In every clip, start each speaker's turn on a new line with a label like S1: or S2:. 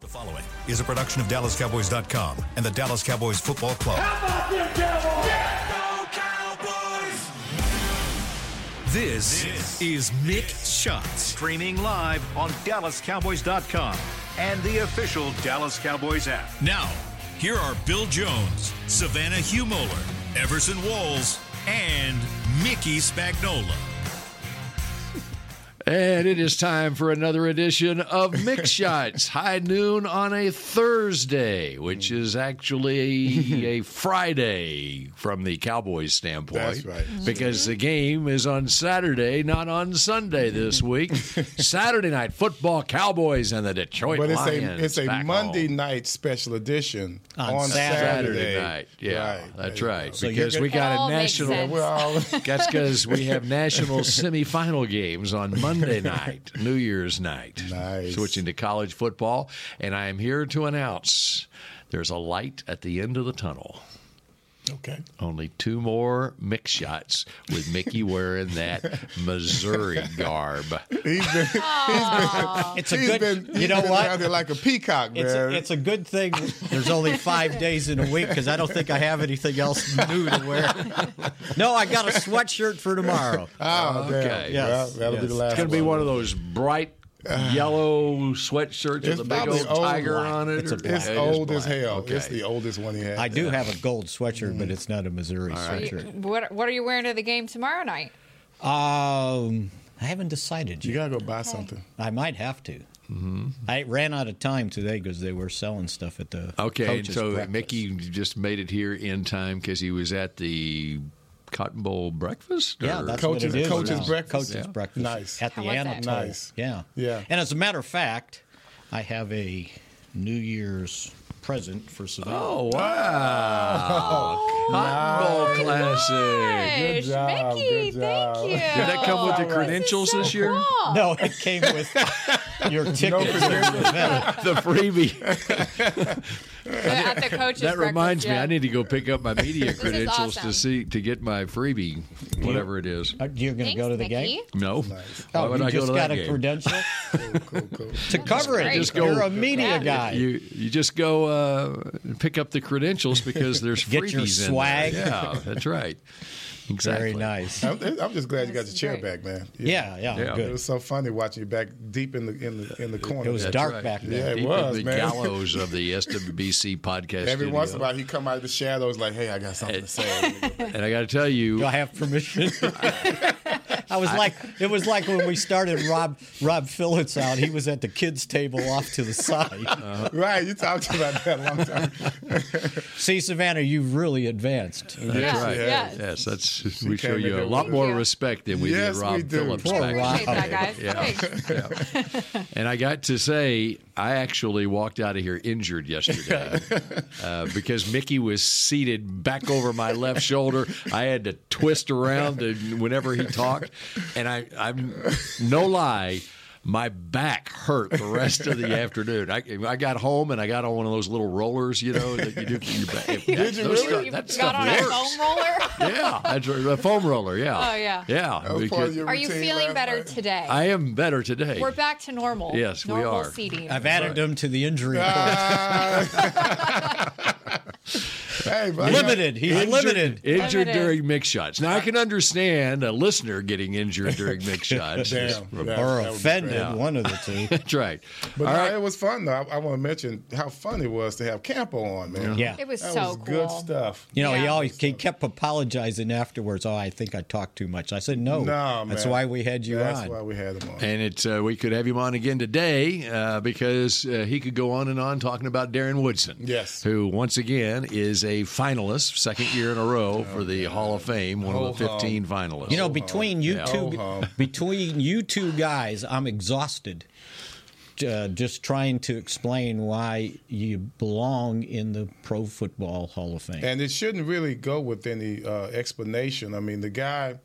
S1: The following is a production of DallasCowboys.com and the Dallas Cowboys Football Club.
S2: about them Cowboys?
S3: This, is Mick Shots.
S1: Streaming live on DallasCowboys.com and the official Dallas Cowboys app.
S3: Now, here are Bill Jones, Savannah Humoler, Everson Walls, and Mickey Spagnola.
S4: And it is time for another edition of Mix Shots, high noon on a Thursday, which is actually a Friday from the Cowboys standpoint.
S5: That's right.
S4: Because the game is on Saturday, not on Sunday this week. Saturday night football, Cowboys and the Detroit
S5: But it's
S4: Lions.
S5: a it's a
S4: back
S5: Monday
S4: home.
S5: night special edition
S6: On
S5: on,
S4: Saturday,
S5: Saturday.
S4: night. Yeah,
S5: Right.
S4: that's
S5: There you
S4: right.
S5: go. So
S4: because
S5: you're
S4: we
S7: It
S4: got
S7: all
S4: a
S7: makes
S4: national.
S7: sense.
S5: We're all
S4: That's because we have national semifinal games on Monday night, New Year's night.
S5: Nice.
S4: Switching to college football, and I am here to announce there's a light at the end of the tunnel.
S5: okay.
S4: Only two more mix shots with Mickey wearing that Missouri garb.
S5: He's been,
S6: It's a
S5: he's
S6: good.
S5: been, he's
S6: you know
S5: been around
S6: what?
S5: there like a peacock, man.
S6: It's a, it's a good thing. There's only five days in a week because I don't think I have anything else new to wear. No, I got a sweatshirt for tomorrow.
S5: oh,
S4: Okay.
S5: okay.
S6: Yes.
S5: that'll be
S6: Yes.
S5: the last.
S4: It's going to be one of those bright yellow sweatshirts with
S5: It's
S4: a big
S5: probably
S4: old
S5: old
S4: tiger
S5: black.
S4: on it.
S6: It's a
S4: or-
S6: black.
S5: It's
S4: It is
S5: old as
S4: black.
S5: hell.
S4: Okay.
S5: It's the oldest one he had. Mm.
S6: I do have a gold sweatshirt, but it's not a Missouri
S7: You-
S6: sweatshirt.
S7: What What are you wearing to the game tomorrow night?
S6: Um, I haven't decided
S5: You
S6: yet.
S5: gotta go buy something. Mm-hmm.
S6: I might have to. I ran out of time today because they were selling stuff at the
S4: Okay, and
S6: coaches'
S4: so
S6: breakfast.
S4: Mickey just made it here in time because he was at the Cotton Bowl breakfast.
S6: Yeah,
S4: or-
S6: that's
S5: Coaches-
S6: what it is.
S5: coaches'
S6: now.
S5: breakfast.
S6: Coaches
S5: Yeah.
S6: breakfast.
S5: Nice.
S6: At the
S7: How was that?
S6: Anatole.
S5: Nice.
S6: Yeah.
S5: Yeah.
S6: And as a matter of fact, I have a New Year's present for Savannah.
S4: Oh wow!
S7: Oh,
S4: Cotton Bowl classic.
S7: Good
S5: job,
S7: Mickey,
S5: good job.
S7: thank you.
S4: Did that come with the
S7: This is
S4: credentials
S7: so
S4: this year?
S7: cool.
S6: No, it came with your ticket. to the event.
S4: The freebie.
S7: At the coaches.
S4: That reminds
S7: breakfast,
S4: me,
S7: yeah.
S4: I need to go pick up my media
S7: is
S4: credentials
S7: awesome.
S4: to see to get my freebie, whatever it is.
S6: Are- Uh, You're going to
S7: Thanks,
S6: go to the
S7: Mickey.
S6: game?
S4: No, why
S6: Oh,
S4: would
S6: you
S4: I go
S6: just
S4: to
S6: got
S4: that
S6: a
S4: game?
S6: credential
S5: Cool, cool.
S6: to cover it.
S7: great. Just
S4: go-
S6: You're a media
S7: Yeah.
S6: guy.
S4: You you just go uh, pick up the credentials because there's
S6: Get
S4: freebies
S6: your swag.
S4: in there. Yeah, that's right. Exactly.
S6: Very nice.
S7: Oh,
S5: I'm, I'm just glad you got
S7: This
S5: your
S7: is
S5: chair
S7: great.
S5: back, man.
S6: Yeah, yeah,
S4: Yeah.
S5: It
S6: good.
S5: was so funny watching you back deep in the in the in the corner.
S6: It was
S5: there.
S6: dark
S4: right.
S6: back
S5: Yeah,
S6: then.
S5: it
S4: Deep
S5: was,
S4: in the
S5: man.
S4: gallows of the SWBC podcast.
S5: Every
S4: studio.
S5: once in a while, he come out of the shadows like, "Hey, I got something to say."
S4: And I got to tell you,
S6: Do I have permission? I was like, it was like when we started Rob Rob Phillips out. He was at the kids' table off to the side.
S4: Uh-huh.
S5: right? You talked about that a long time.
S6: See, Savannah, you've really advanced.
S7: Yeah,
S4: right.
S7: yeah.
S4: yes, that's we show
S5: came in
S4: you a
S5: here
S4: lot
S5: with-
S4: more
S7: Yeah.
S4: respect than we
S5: Yes,
S4: did
S5: we
S4: Rob
S5: do.
S4: Phillips.
S6: Poor
S4: back
S6: Rob.
S7: Appreciate that, guys.
S4: Yeah.
S7: Thanks.
S4: And I got to say, I actually walked out of here injured yesterday uh, because Mickey was seated back over my left shoulder. I had to twist around to, whenever he talked, and I, I'm no lie. My back hurt the rest of the afternoon. I, I got home and I got on one of those little rollers, you know, that you do. for Your back. That-
S5: you
S4: those
S5: really?
S4: stuff-
S7: You
S4: that
S7: got
S4: stuff
S7: on
S4: works.
S7: a foam roller.
S4: yeah, that's right, a foam roller. Yeah.
S7: Oh, yeah.
S4: Yeah.
S5: That was
S4: because-
S5: part of your
S7: Are you
S5: routine
S7: feeling
S5: last
S7: better
S5: night.
S7: today?
S4: I am better today.
S7: We're back to normal.
S4: Yes, we
S7: normal
S4: are.
S7: Seating.
S6: I've added them to the injury report.
S5: Hey, but I got-
S6: Limited. He's
S4: Injured-
S6: limited.
S4: Injured
S7: Limited.
S4: during mix shots. Now I can understand a listener getting injured during mix shots.
S5: Damn.
S6: Or
S5: Yeah, that would be
S6: offended,
S5: great.
S6: one of the two.
S4: That's right.
S5: But
S4: All
S5: no,
S4: right.
S5: it was fun though. I, I want to mention how fun it was to have Campo on, man.
S6: Yeah.
S7: It was
S5: That
S7: so
S5: was
S7: cool.
S5: good stuff.
S6: You know, he
S7: Yeah.
S6: always he kept apologizing afterwards. Oh, I think I talked too much. I said, no.
S5: No, man.
S6: That's why we had you
S5: That's
S6: on.
S5: why we had him on.
S4: and it uh, we could have him on again today uh, because uh, he could go on and on talking about Darren Woodson.
S5: Yes.
S4: who once again is a finalist, second year in a row for the Hall of Fame, one of the
S5: Ho-hum.
S4: fifteen finalists.
S6: you know, between you
S4: Yeah.
S6: two,
S5: Oh, huh.
S6: between you two guys, I'm exhausted. Uh, just trying to explain why you belong in the Pro Football Hall of Fame.
S5: And it shouldn't really go with any uh, explanation. I mean, the guy.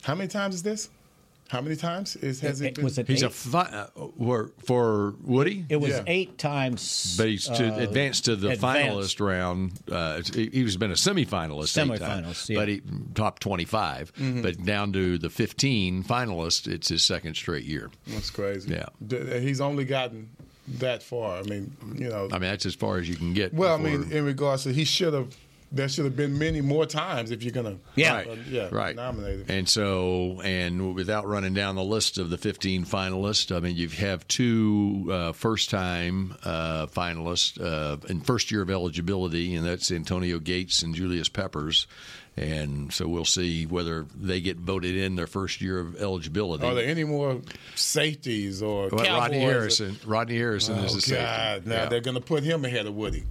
S5: How many times is this? How many times is has it, been?
S6: was it
S4: he's a
S6: eight?
S4: fi- uh, for for Woody.
S6: It was
S5: Yeah.
S6: eight times.
S4: But he's to
S6: uh,
S4: advance to the
S6: advanced.
S4: finalist round. Uh, he- he's been a semifinalist, eight times,
S6: Semifinals, yeah. Mm-hmm.
S4: but he top 25 But down to the fifteen finalists, it's his second straight year.
S5: That's crazy.
S4: Yeah.
S5: D- he's only gotten that far. I mean, you know.
S4: I mean, that's as far as you can get.
S5: well, I
S4: before-
S5: mean, in regards to he should have. There should have been many more times if you're gonna.
S6: Yeah.
S4: Right.
S5: uh, yeah.
S4: Right.
S5: Nominated.
S4: And so, and without running down the list of the 15 finalists, I mean, you have two uh, first time uh, finalists uh, in first year of eligibility, and that's Antonio Gates and Julius Peppers. And so we'll see whether they get voted in their first year of eligibility.
S5: Are there any more safeties or
S4: Well,
S5: cowboys?
S4: Rodney Harrison. Rodney Harrison
S5: Oh
S4: is the
S5: God!
S4: safety.
S5: Now
S4: Yeah.
S5: they're gonna put him ahead of Woody.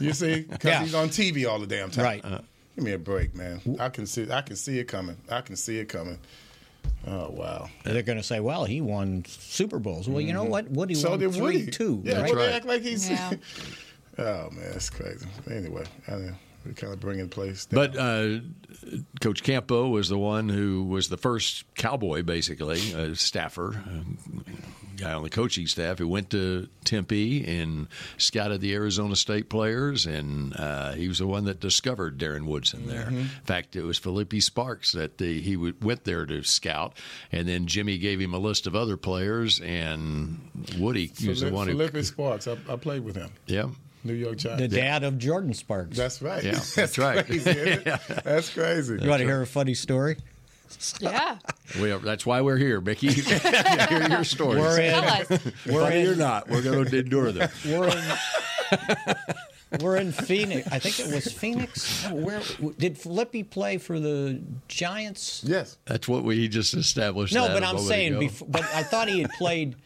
S5: you see, because
S6: Yeah.
S5: he's on TV all the damn time.
S6: Right.
S4: Uh-huh.
S6: Uh.
S5: Give me a break, man. I can see. I can see it coming. I can see it coming. Oh wow.
S6: They're going to say, "Well, he won Super Bowls." Well, you know what? Woody
S5: Mm-hmm. So
S6: won
S5: did
S6: three
S5: Woody.
S6: too.
S5: Yeah,
S6: right?
S5: well,
S4: Mm-hmm. right.
S5: they act like he's.
S7: Yeah.
S5: oh man, that's crazy. Anyway, I don't know. we kind of bring in place.
S4: But uh, Coach Campo was the one who was the first cowboy, basically, a staffer, a guy on the coaching staff who went to Tempe and scouted the Arizona State players, and uh, he was the one that discovered Darren Woodson there. In fact, it was Felipe Sparks that the, he w- went there to scout, and then Jimmy gave him a list of other players, and Woody was the one who,
S5: Philippi Sparks. I, I played with him.
S4: yeah,
S5: New York Giants.
S6: The dad of Jordan Sparks.
S5: That's right.
S4: Yeah, that's right.
S5: Crazy, isn't it? That's crazy.
S6: you want to hear a funny story?
S7: Yeah.
S4: we are, that's why we're here, Mickey. hear your stories.
S6: We're
S7: Tell
S6: in,
S7: us.
S6: we're
S4: Funny or
S6: in,
S4: not, we're going to endure them.
S6: we're in, we're in Phoenix. I think it was Phoenix. Where did Filippi play for the Giants?
S5: Yes.
S4: That's what we just established.
S6: No,
S4: that
S6: but
S4: a
S6: I'm
S4: moment
S6: saying,
S4: ago.
S6: before, but I thought he had played.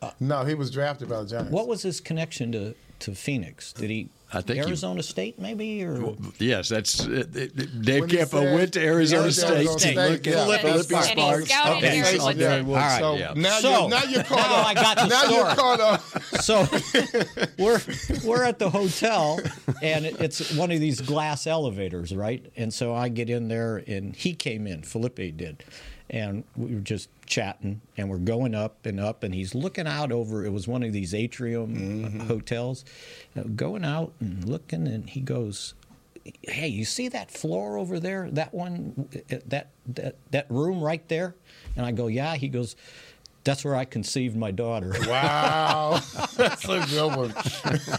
S6: uh,
S5: No, he was drafted by the Giants.
S6: What was his connection to, to Phoenix? Did he
S4: I think he-
S6: Arizona State maybe or
S4: yes, that's it, it, Dave
S5: When he
S4: Campo
S5: said-
S4: went to Arizona
S5: Arizona
S4: State,
S5: State,
S4: to look
S5: yeah.
S4: at
S5: Philippi
S4: Philippi
S5: Sparks.
S7: And he
S4: Sparks.
S7: scouted
S4: Okay,
S7: Arizona
S4: so
S7: State.
S4: there it was.
S6: All right.
S5: So
S4: Yeah.
S5: now
S6: So-
S5: you're now you're caught
S6: Now
S5: up.
S6: I got the
S5: now you're
S6: story.
S5: caught up.
S6: so we're we're at the hotel and it, it's one of these glass elevators right and so i get in there and he came in felipe did and we were just chatting and we're going up and up and he's looking out over it was one of these atrium uh, hotels Uh, going out and looking and he goes hey you see that floor over there that one uh, that that, that room right there and i go yeah he goes that's where i conceived my daughter
S5: Wow, that's a good one.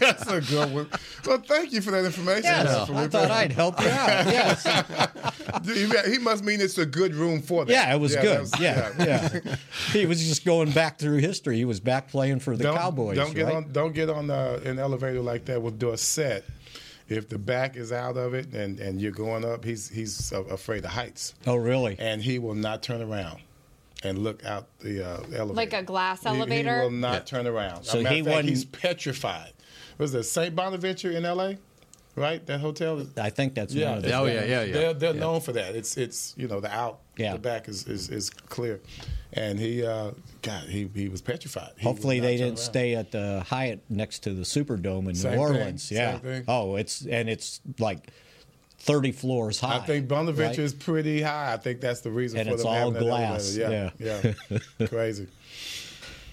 S5: That's a good one. Well, thank you for that information.
S6: Yes, I
S5: Felipe.
S6: thought I'd help you out. Yes.
S5: He- He must mean it's a good room for that.
S6: Yeah, it was good.
S5: that
S6: yeah, yeah. He was just going back through history. He was back playing for the
S5: don't,
S6: Cowboys.
S5: Don't get
S6: right?
S5: on. Don't get on uh, an elevator like that with Dorset. If the back is out of it and, and you're going up, he's he's a- afraid of heights,
S6: Oh, really?
S5: and he will not turn around and look out the uh, elevator.
S7: Like a glass
S5: He- He,
S7: elevator?
S5: will not turn around.
S6: So
S5: So he
S6: he
S5: fact,
S6: wasn't-
S5: he's petrified. Was that St. Bonaventure in L.A. Right, that hotel. is-
S6: I think that's one of the.
S5: that's
S4: Oh,
S5: what-
S4: yeah, yeah, yeah.
S5: They're, they're known for that. It's it's you know the out,
S6: Yeah.
S5: the back is, is is clear, and he uh, God he he was petrified. He would
S6: Hopefully
S5: not
S6: they
S5: turn
S6: didn't
S5: around.
S6: stay at the Hyatt next to the Superdome in
S5: Same thing,
S6: New Orleans.
S5: same
S6: yeah.
S5: thing.
S6: Oh, it's and it's like thirty floors high.
S5: I think Bonaventure
S6: right?
S5: is pretty high. I think that's the reason
S6: And
S5: for
S6: it's
S5: them
S6: all
S5: having that
S6: glass,
S5: elevator. Yeah, yeah, crazy.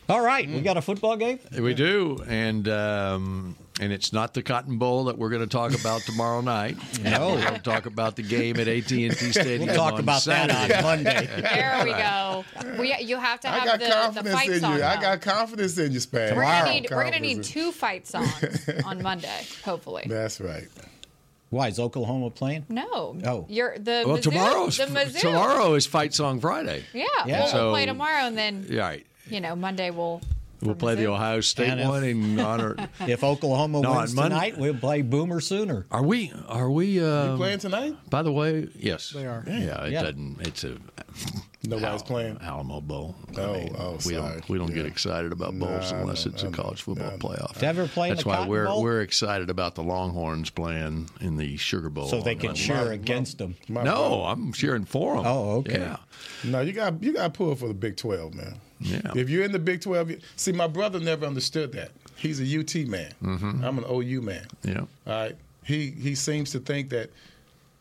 S6: All right, we got a football game.
S4: We do, and um, and it's not the Cotton Bowl that we're going to talk about tomorrow night.
S6: No.
S4: we're going to talk about the game at AT and T Stadium.
S6: We'll talk
S4: on
S6: about
S4: Saturday.
S6: that on Monday.
S7: There we go. We, you have to
S5: I
S7: have
S5: got
S7: the, the
S5: confidence in
S7: fight
S5: you.
S7: song.
S5: I
S7: though.
S5: got confidence in you, Spade.
S7: We're
S6: Tomorrow.
S7: gonna need we're gonna need
S5: Confidence in-
S7: two fight songs on Monday, hopefully.
S5: That's right.
S6: Why is Oklahoma playing?
S7: No.
S6: Oh.
S7: You're the
S4: Well,
S7: Mizzou-
S4: tomorrow's
S7: the Mizzou.
S4: tomorrow is Fight Song Friday.
S7: Yeah.
S6: Yeah.
S7: Well,
S4: So-
S7: we'll play tomorrow and then
S4: Yeah, all right.
S7: you know, Monday we'll
S4: We'll play the Ohio State
S6: And if-
S4: one in honor.
S6: If Oklahoma
S4: No, on
S6: wins
S4: Monday-
S6: tonight, we'll play Boomer Sooner.
S4: Are we? Are we? Um,
S5: Playing tonight?
S4: By the way, yes, they
S5: are.
S4: Yeah, it
S6: Yeah.
S4: doesn't. It's a
S5: Nobody's
S4: Al-
S5: playing.
S4: Alamo Bowl.
S5: Oh, oh, sorry.
S4: we don't we don't get
S5: Yeah.
S4: excited about bowls
S5: No,
S4: unless
S5: no,
S4: it's a
S5: no,
S4: college football
S5: no.
S4: playoff.
S6: Denver playing
S4: That's
S6: the
S4: why
S6: Cotton
S4: we're
S6: Bowl?
S4: we're excited about the Longhorns playing in the Sugar Bowl.
S6: So they
S4: on
S6: can
S4: Monday.
S6: cheer against them.
S5: My
S4: No, I'm cheering for them.
S6: Oh, okay.
S4: Yeah.
S5: No, you got you got to pull for the Big Twelve, man.
S4: Yeah.
S5: If you're in the Big Twelve, you- see, my brother never understood that. He's a UT man. I'm an OU man.
S4: Mm-hmm. Yeah.
S5: All right. He he seems to think that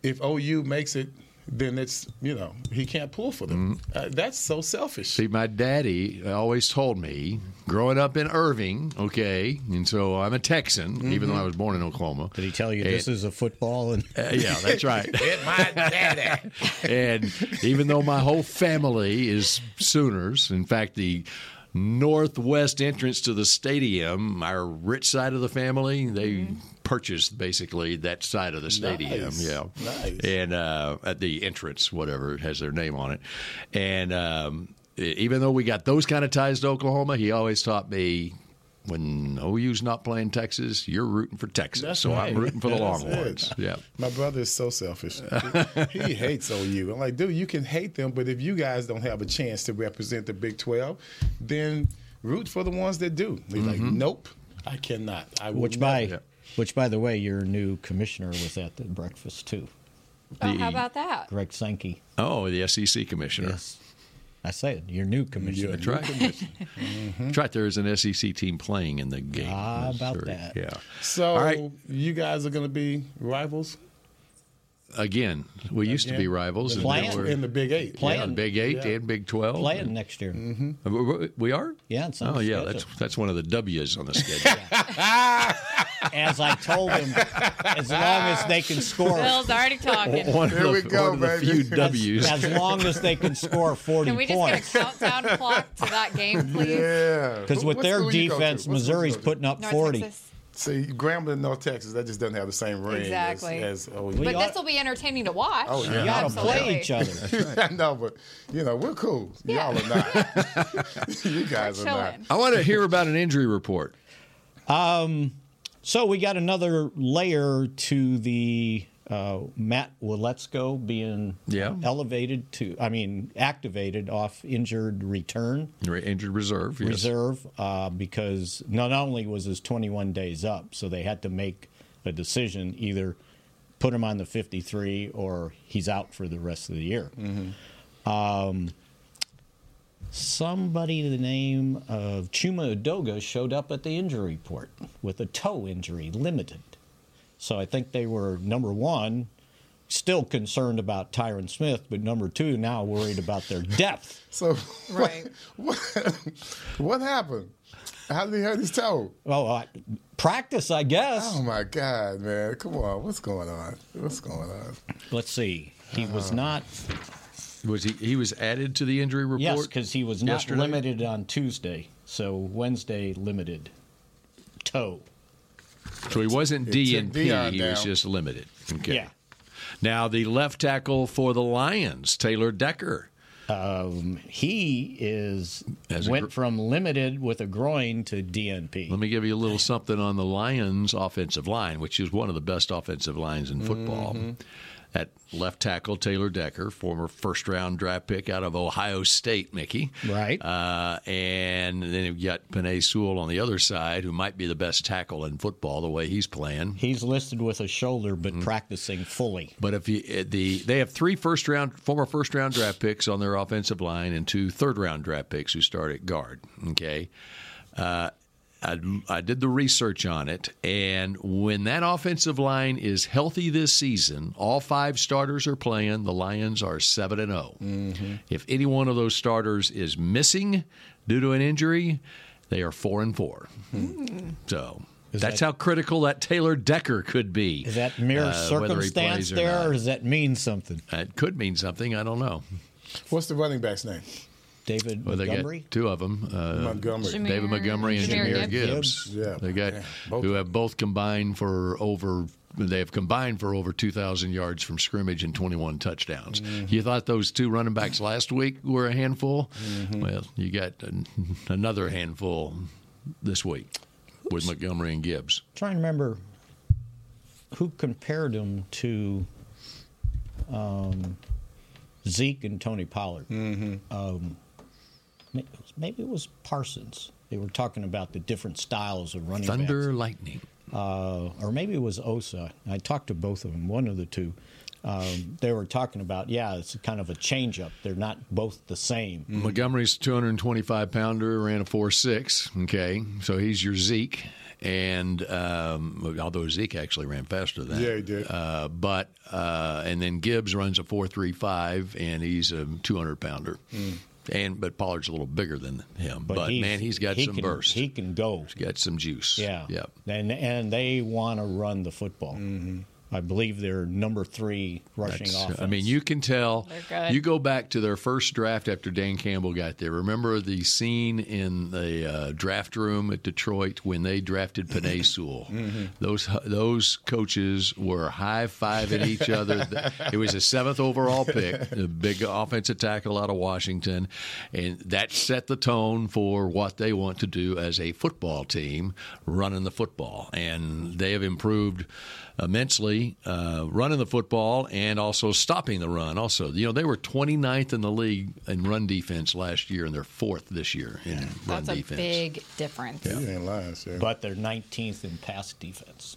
S5: if OU makes it, then it's you know he can't pull for them. Uh, that's so selfish.
S4: See, my daddy always told me, growing up in Irving, okay, and so I'm a Texan, even though I was born in Oklahoma.
S6: Mm-hmm. Did he tell you this is a football and
S4: Uh, yeah, that's right.
S5: Hit my daddy.
S4: and even though my whole family is Sooners, in fact, the northwest entrance to the stadium. Our rich side of the family, they purchased basically that side of the stadium.
S5: Mm-hmm. Nice.
S4: Yeah,
S5: Nice.
S4: and uh, at the entrance, whatever it has their name on it. And um, e- even though we got those kind of ties to Oklahoma, he always taught me when OU's not playing Texas, you're rooting for Texas.
S5: That's
S4: so I'm
S5: right.
S4: rooting for the
S5: That's
S4: Longhorns.
S5: it.
S4: Yeah.
S5: My brother is so selfish. he hates OU. I'm like, dude, you can hate them, but if you guys don't have a chance to represent the Big 12, then root for the ones that do. He's like,
S4: Mm-hmm.
S5: nope, I cannot. I will
S6: Which by,
S5: never."
S6: which by the way, your new commissioner was at the breakfast too,
S7: Oh,
S4: The-
S7: how about that?
S6: Greg Sankey.
S4: Oh, the SEC commissioner.
S6: Yes, I said your new commissioner. Mm-hmm.
S4: That's right. That's right. There is an SEC team playing in the game.
S6: Ah,
S4: That's
S6: about
S4: right.
S6: that.
S4: Yeah.
S5: So
S4: All right.
S5: you guys are going to be rivals
S4: Again, we used to be
S5: Again.
S4: rivals. and now
S6: Playing.
S4: we're-
S5: in the Big Eight. Mm-hmm.
S6: Play-
S4: yeah, in Big Eight and Big Twelve.
S6: Playing next year.
S4: Mm-hmm. We- We are.
S6: Yeah, it's on
S4: oh
S6: the
S4: yeah,
S6: schedule.
S4: that's that's one of the W's on the schedule.
S6: As I told him, as long as they can score, as,
S7: Bill's already talking.
S4: one
S2: Here
S4: of
S2: we
S4: the,
S2: go,
S4: one of the
S2: baby.
S4: few W's.
S6: as long as they can score forty
S7: Can we just get
S6: points.
S7: a countdown clock to that game, please?
S2: Yeah.
S6: Because
S2: Who-
S6: with
S2: what's
S6: their
S2: the- who you go to?
S6: defense,
S2: What's the- who you
S6: Missouri's
S2: go to?
S6: putting up
S7: North
S6: forty.
S7: Texas.
S5: See, Grambling, North Texas, that just doesn't have the same ring
S7: Exactly.
S5: as, as OU.
S7: But
S6: got-
S7: this will be entertaining to watch.
S2: Oh, yeah.
S6: You got to
S7: Absolutely.
S6: play each other.
S2: I know, but you know we're cool.
S7: Yeah.
S2: Y'all are not. you guys are not.
S7: Chilling.
S4: I want to hear about an injury report.
S6: Um, So we got another layer to the uh, Matt Willetsko being
S4: Yeah.
S6: elevated to, I mean, activated off injured return
S4: Re- Injured reserve. yes.
S6: reserve uh, because not only was his 21 days up, so they had to make a decision either put him on the 53 or he's out for the rest of the year. Um, somebody the name of Chuma Udoga showed up at the injury report with a toe injury, limited. So I think they were number one. Still concerned about Tyron Smith, but number two now worried about their depth.
S2: So
S7: Right.
S2: what, what happened? How did he hurt his toe?
S6: Well, I, practice, I guess.
S2: Oh my God, man! Come on, what's going on? What's going on?
S6: Let's see. He
S5: Ah.
S6: was not.
S4: Was he? He was added to the injury report.
S6: Yes, because he was not
S4: yesterday?
S6: limited on Tuesday. So Wednesday limited. Toe.
S4: So he wasn't
S2: It's
S4: D
S2: in
S4: and P.
S2: Dion
S4: He was
S2: now.
S4: just limited. Okay.
S6: Yeah.
S4: Now the left tackle for the Lions, Taylor Decker.
S6: Um, He is
S4: As a
S6: went
S4: gr-
S6: from limited with a groin to DNP.
S4: Let me give you a little something on the Lions' offensive line, which is one of the best offensive lines in football.
S6: Mm-hmm.
S4: At left tackle, Taylor Decker, former first round draft pick out of Ohio State, Mickey.
S6: Right.
S4: Uh, and then you've got Panay Sewell on the other side, who might be the best tackle in football the way he's playing. Mm-hmm.
S6: He's listed with a shoulder, but practicing fully.
S4: But if you, uh, the they have three first round former first round draft picks on their offensive line and two third round draft picks who start at guard. Okay, uh, I I did the research on it, and when that offensive line is healthy this season, all five starters are playing. The Lions are seven and
S6: Mm-hmm.
S4: zero. If any one of those starters is missing due to an injury, they are four and 4 So.
S6: that-
S4: That's how critical that Taylor Decker could be.
S6: Is that mere
S4: uh, whether he
S6: circumstance
S4: plays or
S6: there,
S4: not.
S6: or does that mean something?
S4: That could mean something. I don't know.
S5: What's the running back's name?
S6: David
S4: Well, they
S6: Montgomery?
S4: got two of them, uh,
S5: Montgomery.
S7: Jameer-
S4: David Montgomery and
S7: Jameer
S4: Jameer Gibbs.
S6: Gibbs.
S5: Yeah,
S4: they got
S5: yeah, both
S4: who
S5: of
S4: have both combined for over. They have combined for over 2,000 yards from scrimmage and 21 touchdowns.
S5: Mm-hmm.
S4: You thought those two running backs last week were a handful?
S5: Mm-hmm.
S4: Well, you got an, another handful this week with Montgomery and Gibbs.
S6: trying to remember who compared him to um, Zeke and Tony Pollard. Mm-hmm. Um, maybe it was Parsons. They were talking about the different styles of running
S4: Thunder,
S6: backs.
S4: lightning.
S6: Uh, or maybe it was Osa. I talked to both of them, one of the two. Um, they were talking about, yeah, it's kind of a changeup. They're not both the same.
S4: Montgomery's 225 pounder, ran a 4 6. Okay, so he's your Zeke. And um, although Zeke actually ran faster than that.
S5: Yeah, he did.
S4: Uh, but, uh, and then Gibbs runs a 4 3 5, and he's a 200 pounder.
S6: Hmm.
S4: And But Pollard's a little bigger than him. But, man, he's got
S6: he
S4: some
S6: can-
S4: burst.
S6: He
S4: He's
S6: can go.
S4: got some juice.
S6: Yeah.
S4: Yeah.
S5: Mm-hmm.
S6: And and they want to run the football. I believe they're number three rushing
S4: That's- uh,
S6: offense.
S4: I mean, you can tell.
S7: They're good.
S4: You go back to their first draft after Dan Campbell got there. Remember the scene in the uh, draft room at Detroit when they drafted Panay Sewell.
S8: Mm-hmm.
S4: Those those coaches were high fiving each other. it was a seventh overall pick, a big offensive tackle out of Washington, and that set the tone for what they want to do as a football team, running the football, and they have improved immensely uh, running the football and also stopping the run. Also, you know, they were 29th in the league in run defense last year, and they're fourth this year in run
S7: That's a
S4: defense.
S7: big difference.
S5: You ain't lying, sir.
S6: but they're 19th in pass defense.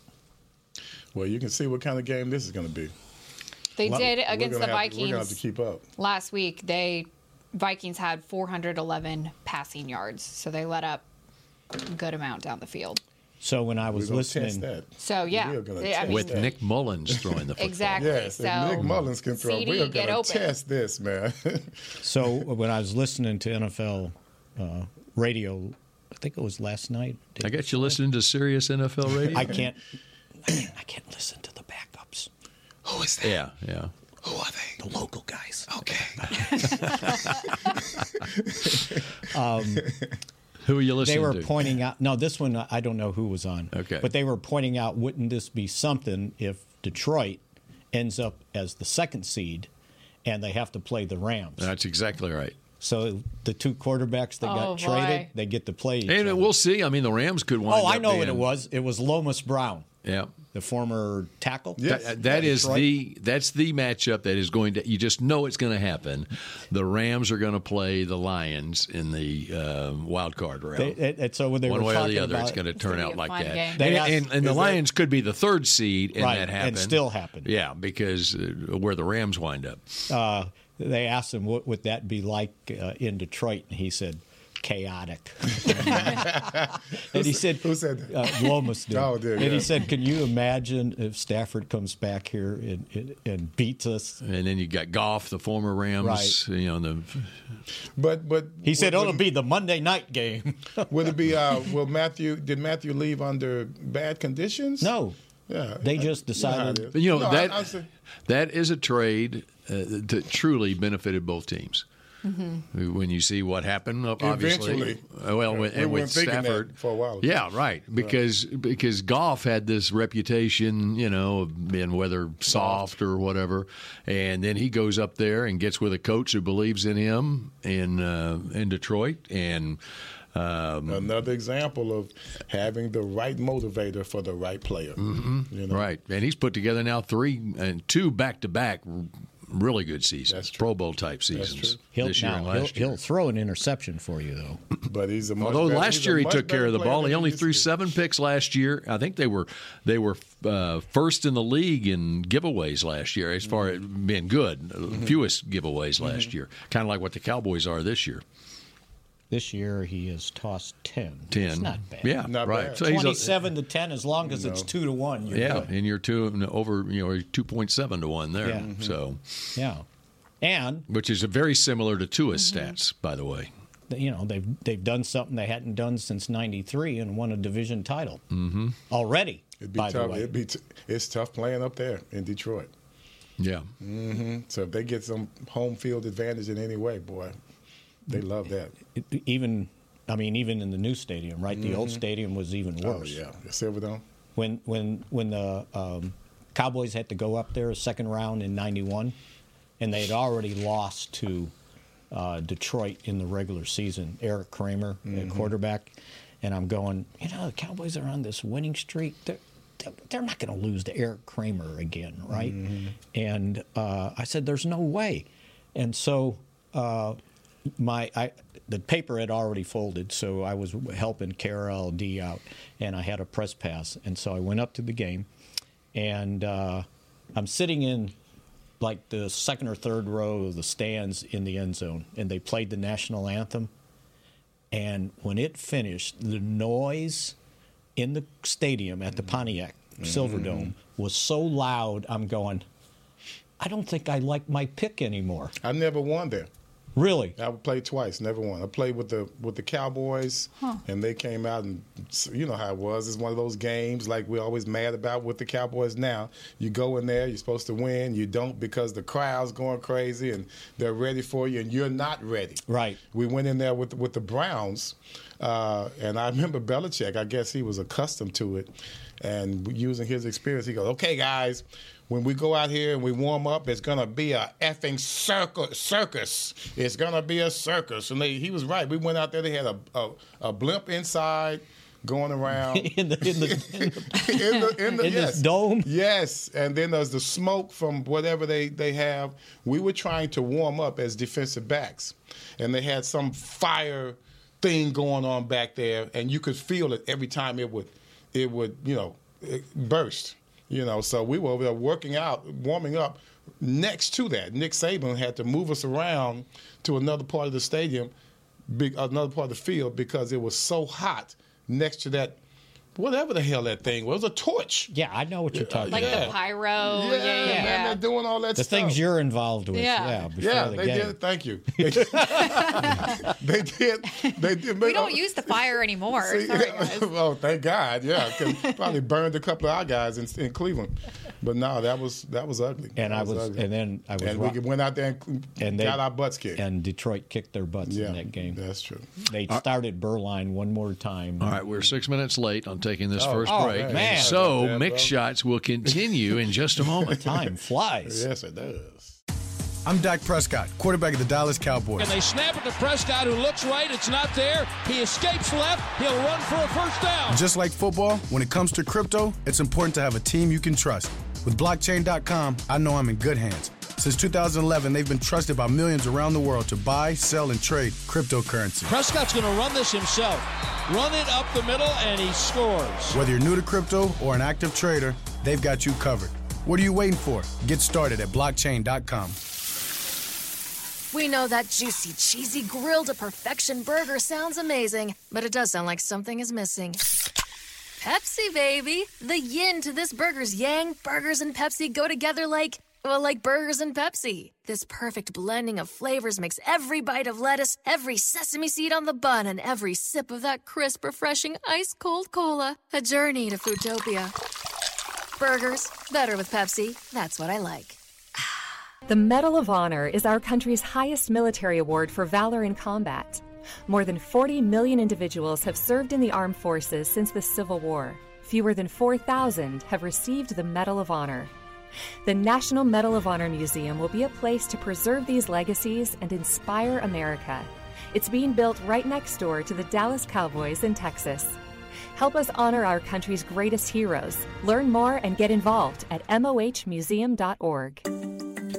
S5: well, you can see what kind of game this is going to be.
S7: They
S5: Lo-
S7: did
S5: we're
S7: against
S5: gonna
S7: the
S5: have to- we're going to have to
S7: Vikings
S5: keep up.
S7: last week. They Vikings had 411 passing yards, so they let up a good amount down the field.
S6: So when I
S5: We're
S6: was
S5: going to test
S6: listening,
S5: that.
S7: So yeah,
S5: We are gonna
S7: they- I
S5: test
S7: mean,
S4: with Nick Mullins throwing the football.
S7: exactly.
S5: Yes,
S7: so
S5: if Nick Mullins can throw,
S7: CD
S5: we are
S7: get
S5: going to
S7: open.
S5: test this, man.
S6: So when I was listening to NFL uh, radio, I think it was last night.
S4: I guess you listening to Sirius NFL radio.
S6: I can't. I can't listen to the backups.
S5: Who is that?
S4: yeah, yeah.
S5: Who are they?
S6: The local guys.
S5: Okay.
S4: Who are you listening
S6: Um, They were
S4: to?
S6: pointing out. No, this one I don't know who was on.
S4: Okay.
S6: But they were pointing out, wouldn't this be something if Detroit ends up as the second seed, and they have to play the Rams?
S4: That's exactly right.
S6: so the two quarterbacks that
S7: Oh,
S6: got
S7: boy.
S6: traded, they get to play. Each
S4: And
S6: other.
S4: we'll see. I mean, the Rams could wind
S6: oh, I
S4: up
S6: know what
S4: being-
S6: it was. It was Lomas Brown,
S4: Yeah.
S6: the former tackle.
S4: That, that is the that's the matchup that is going to you just know it's going to happen. The Rams are going to play the Lions in the um, wild card round.
S6: They, it, it- so when they
S4: one
S6: were
S4: way or
S6: talking
S4: the other,
S6: about,
S4: it's going to turn
S7: gonna be
S4: out
S7: a
S4: like
S7: fun
S4: that.
S7: game.
S6: They
S4: and
S6: asked-
S4: and, and the
S5: Is that-
S4: Lions could be the third seed, and
S6: Right,
S4: that
S6: and
S4: happened.
S6: still happened.
S4: Yeah, because uh, where the Rams wind up.
S6: uh, they asked him what would that be like uh, in Detroit, and he said chaotic. and he said,
S5: Who said that?
S6: Uh, Lomas did.
S5: Oh, dude,
S6: and
S5: yeah.
S6: he said, "Can you imagine if Stafford comes back here and and, and beats us?"
S4: And then you got Goff, the former Rams. You know the
S5: But but
S6: He said,
S5: would-
S6: "Oh, it'll be the Monday night game."
S5: Would it be? Uh, will Matthew? Did Matthew leave under bad conditions?
S6: no,
S5: Yeah.
S6: they just decided.
S5: Yeah, it is.
S4: But, you know
S5: No, I-
S4: that
S5: I see.
S4: that is a trade uh, that truly benefited both teams.
S7: Mm-hmm.
S4: When you see what happened, ob- obviously,
S5: Eventually.
S4: Uh, well, with-
S5: We
S4: and with
S5: weren't thinking that
S4: Stafford
S5: for a while.
S4: Yeah, right. Because because golf had this reputation, you know, of being whether soft or whatever, and then he goes up there and gets with a coach who believes in him in uh, in Detroit, and um,
S5: Another example of having the right motivator for the right player.
S6: Mm.
S5: Mm-hmm. You know?
S4: right, and he's put together now three and two back to back. Really good seasons, Pro Bowl type seasons
S6: He'll,
S4: this year
S6: now,
S4: and
S6: he'll,
S4: last year.
S6: he'll throw an interception for you, though.
S5: But he's a much
S4: Although
S5: better-
S4: last
S5: he's a
S4: year he
S5: much
S4: took care
S5: better
S4: of the
S5: player
S4: ball,
S5: than
S4: he only
S5: used
S4: threw
S5: to.
S4: seven picks last year. I think they were they were uh, first in the league in giveaways last year, as far as
S5: Mm-hmm.
S4: being good, uh, fewest giveaways last year. Kind of like what the Cowboys are this year,
S6: This year, he has tossed ten.
S4: ten.
S6: It's not bad.
S4: Yeah,
S5: Not
S4: right.
S5: bad.
S4: So he's a-
S6: Twenty-seven to ten, as long as it's
S5: No.
S6: two to one. You're
S4: yeah,
S6: good.
S4: and you're two and over, you know, two point seven to one there.
S6: Yeah. Mhm.
S5: Mm-hmm.
S4: So,
S6: Yeah. And
S4: which is very similar to Tua's
S5: Mm-hmm.
S4: stats, by the way.
S6: you know they've they've done something they hadn't done since '93 and won a division title mm-hmm. already.
S5: It'd be
S6: by the
S5: tough.
S6: way,
S5: It'd be t- it's tough playing up there in Detroit.
S4: Yeah,
S5: Mm-hmm. So if they get some home field advantage in any way, boy, they love that.
S6: It- even I mean even in the new stadium, right? The old stadium was even
S5: Mm-hmm. Oh
S6: worse.
S5: yeah, the Silverdome.
S6: When when when the um, Cowboys had to go up there a second round in '91, and they had already lost to uh, Detroit in the regular season. Eric Kramer,
S5: Mm-hmm.
S6: the quarterback, and I'm going. You know, the Cowboys are on this winning streak. They're, they're- they're not going to lose to Eric Kramer again, right? And uh, I said, "There's no way." And so uh, my I the paper had already folded, so I was helping Carol D out, and I had a press pass, and so I went up to the game, and uh, I'm sitting in like the second or third row of the stands in the end zone, and they played the national anthem, and when it finished, the noise in the stadium at
S5: Mm-hmm.
S6: the Pontiac Silverdome was so loud, I'm going. I don't think I like my pick anymore.
S5: I never won there.
S6: Really?
S5: I played twice, never won. I played with the with the Cowboys, and they came out and so you know how it was. It's one of those games like we're always mad about with the Cowboys now. You go in there, you're supposed to win, you don't because the crowd's going crazy and they're ready for you, and you're not ready.
S6: Right.
S5: We went in there with with the Browns, uh, and I remember Belichick. I guess he was accustomed to it, and using his experience, he goes, "Okay, guys." When we go out here and we warm up, it's gonna be a effing circus. Circus. It's gonna be a circus. And they, he was right. We went out there. They had a a, a blimp inside going around
S6: in the in the, in the
S5: in the in the
S6: In
S5: yes.
S6: this dome?
S5: Yes, and then there's the smoke from whatever they they have. We were trying to warm up as defensive backs, and they had some fire thing going on back there, and you could feel it every time it would it would you know it burst. You know, so we were over there working out, warming up. Next to that, Nick Saban had to move us around to another part of the stadium, big, another part of the field because it was so hot next to that whatever the hell that thing was, a torch.
S6: yeah, I know what you're talking
S7: Like
S6: about.
S5: Yeah.
S7: the pyro. Yeah, yeah,
S5: man,
S7: yeah.
S5: they're doing all that
S6: The
S5: stuff.
S6: things you're involved with.
S7: Yeah.
S6: Yeah, before
S5: yeah,
S6: the
S5: they
S6: game.
S5: did. Thank you. They did. they did. They did.
S7: We don't use the fire anymore. Sorry, guys.
S5: oh, thank God! Yeah, 'cause probably burned a couple of our guys in, in Cleveland, but no, that was that was ugly.
S6: And
S5: That
S6: I was,
S5: ugly.
S6: and then I was,
S5: and we
S6: rock-
S5: went out there and,
S6: And they-
S5: got our butts kicked.
S6: and Detroit kicked their butts
S5: yeah,
S6: in that game.
S5: That's true.
S6: They started Berline one more time.
S4: All right, we're
S5: Mm-hmm.
S4: six minutes late on taking this first
S6: oh,
S4: break.
S6: man.
S4: So,
S5: Yeah,
S4: mixed
S5: bro.
S4: shots will continue in just a moment.
S6: Time flies.
S5: Yes, it does.
S9: I'm Dak Prescott, quarterback of the Dallas Cowboys.
S10: And they snap it to Prescott, who looks right. It's not there. He escapes left. He'll run for a first down.
S9: Just like football, when it comes to crypto, it's important to have a team you can trust. With blockchain.com, I know I'm in good hands. Since 2011, they've been trusted by millions around the world to buy, sell, and trade cryptocurrency.
S10: Prescott's going to run this himself. Run it up the middle, and he scores.
S9: Whether you're new to crypto or an active trader, they've got you covered. What are you waiting for? Get started at blockchain.com.
S11: We know that juicy, cheesy, grilled to perfection burger sounds amazing, but it does sound like something is missing. Pepsi, baby! The yin to this burger's yang. Burgers and Pepsi go together like, well, like burgers and Pepsi. This perfect blending of flavors makes every bite of lettuce, every sesame seed on the bun, and every sip of that crisp, refreshing, ice cold cola a journey to Foodtopia. Burgers, better with Pepsi. That's what I like.
S12: The Medal of Honor is our country's highest military award for valor in combat. More than 40 million individuals have served in the armed forces since the Civil War. Fewer than 4,000 have received the Medal of Honor. The National Medal of Honor Museum will be a place to preserve these legacies and inspire America. It's being built right next door to the Dallas Cowboys in Texas. Help us honor our country's greatest heroes. Learn more and get involved at mohmuseum.org.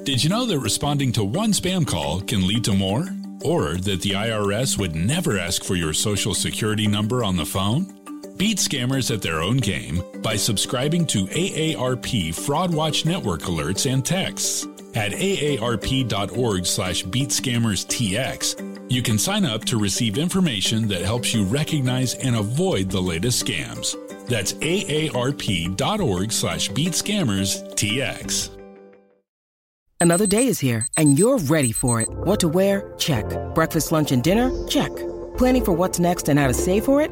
S8: Did you know that responding to one spam call can lead to more? Or that the IRS would never ask for your social security number on the phone? Beat scammers at their own game by subscribing to AARP Fraud Watch Network alerts and texts. At aarp.org slash beatscammerstx, you can sign up to receive information that helps you recognize and avoid the latest scams. That's aarp.org slash beatscammerstx.
S12: Another day is here, and you're ready for it. What to wear? Check. Breakfast, lunch, and dinner? Check. Planning for what's next and how to save for it?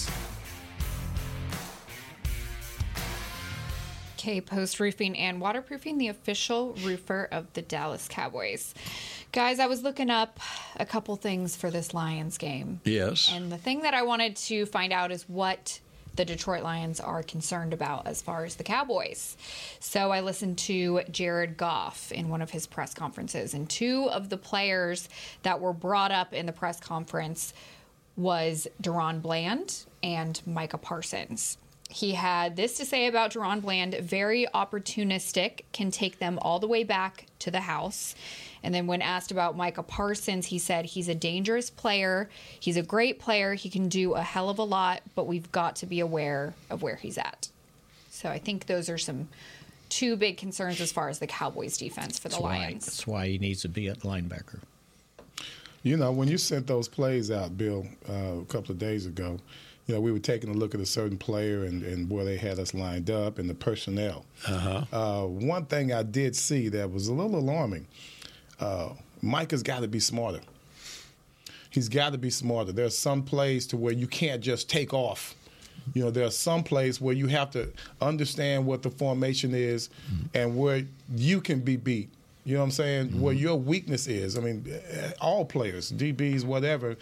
S7: K Post Roofing and Waterproofing, the official roofer of the Dallas Cowboys. Guys, I was looking up a couple things for this Lions game.
S4: Yes.
S7: And the thing that I wanted to find out is what the Detroit Lions are concerned about as far as the Cowboys. So I listened to Jared Goff in one of his press conferences, and two of the players that were brought up in the press conference was Deron Bland and Micah Parsons. He had this to say about Deron Bland very opportunistic, can take them all the way back to the house. And then when asked about Micah Parsons, he said he's a dangerous player. He's a great player. He can do a hell of a lot, but we've got to be aware of where he's at. So I think those are some two big concerns as far as the Cowboys defense for the
S6: That's why,
S7: Lions.
S6: that's why he needs to be at linebacker.
S5: You know, when you sent those plays out, Bill, uh, a couple of days ago, you know, we were taking a look at a certain player and, and where they had us lined up and the personnel.
S13: Uh-huh.
S5: Uh, one thing I did see that was a little alarming uh, Micah's got to be smarter. He's got to be smarter. There are some plays to where you can't just take off. You know, there are some plays where you have to understand what the formation is and where you can be beat. You know what I'm saying? Where your weakness is. I mean, eh, all players, DBs, whatever.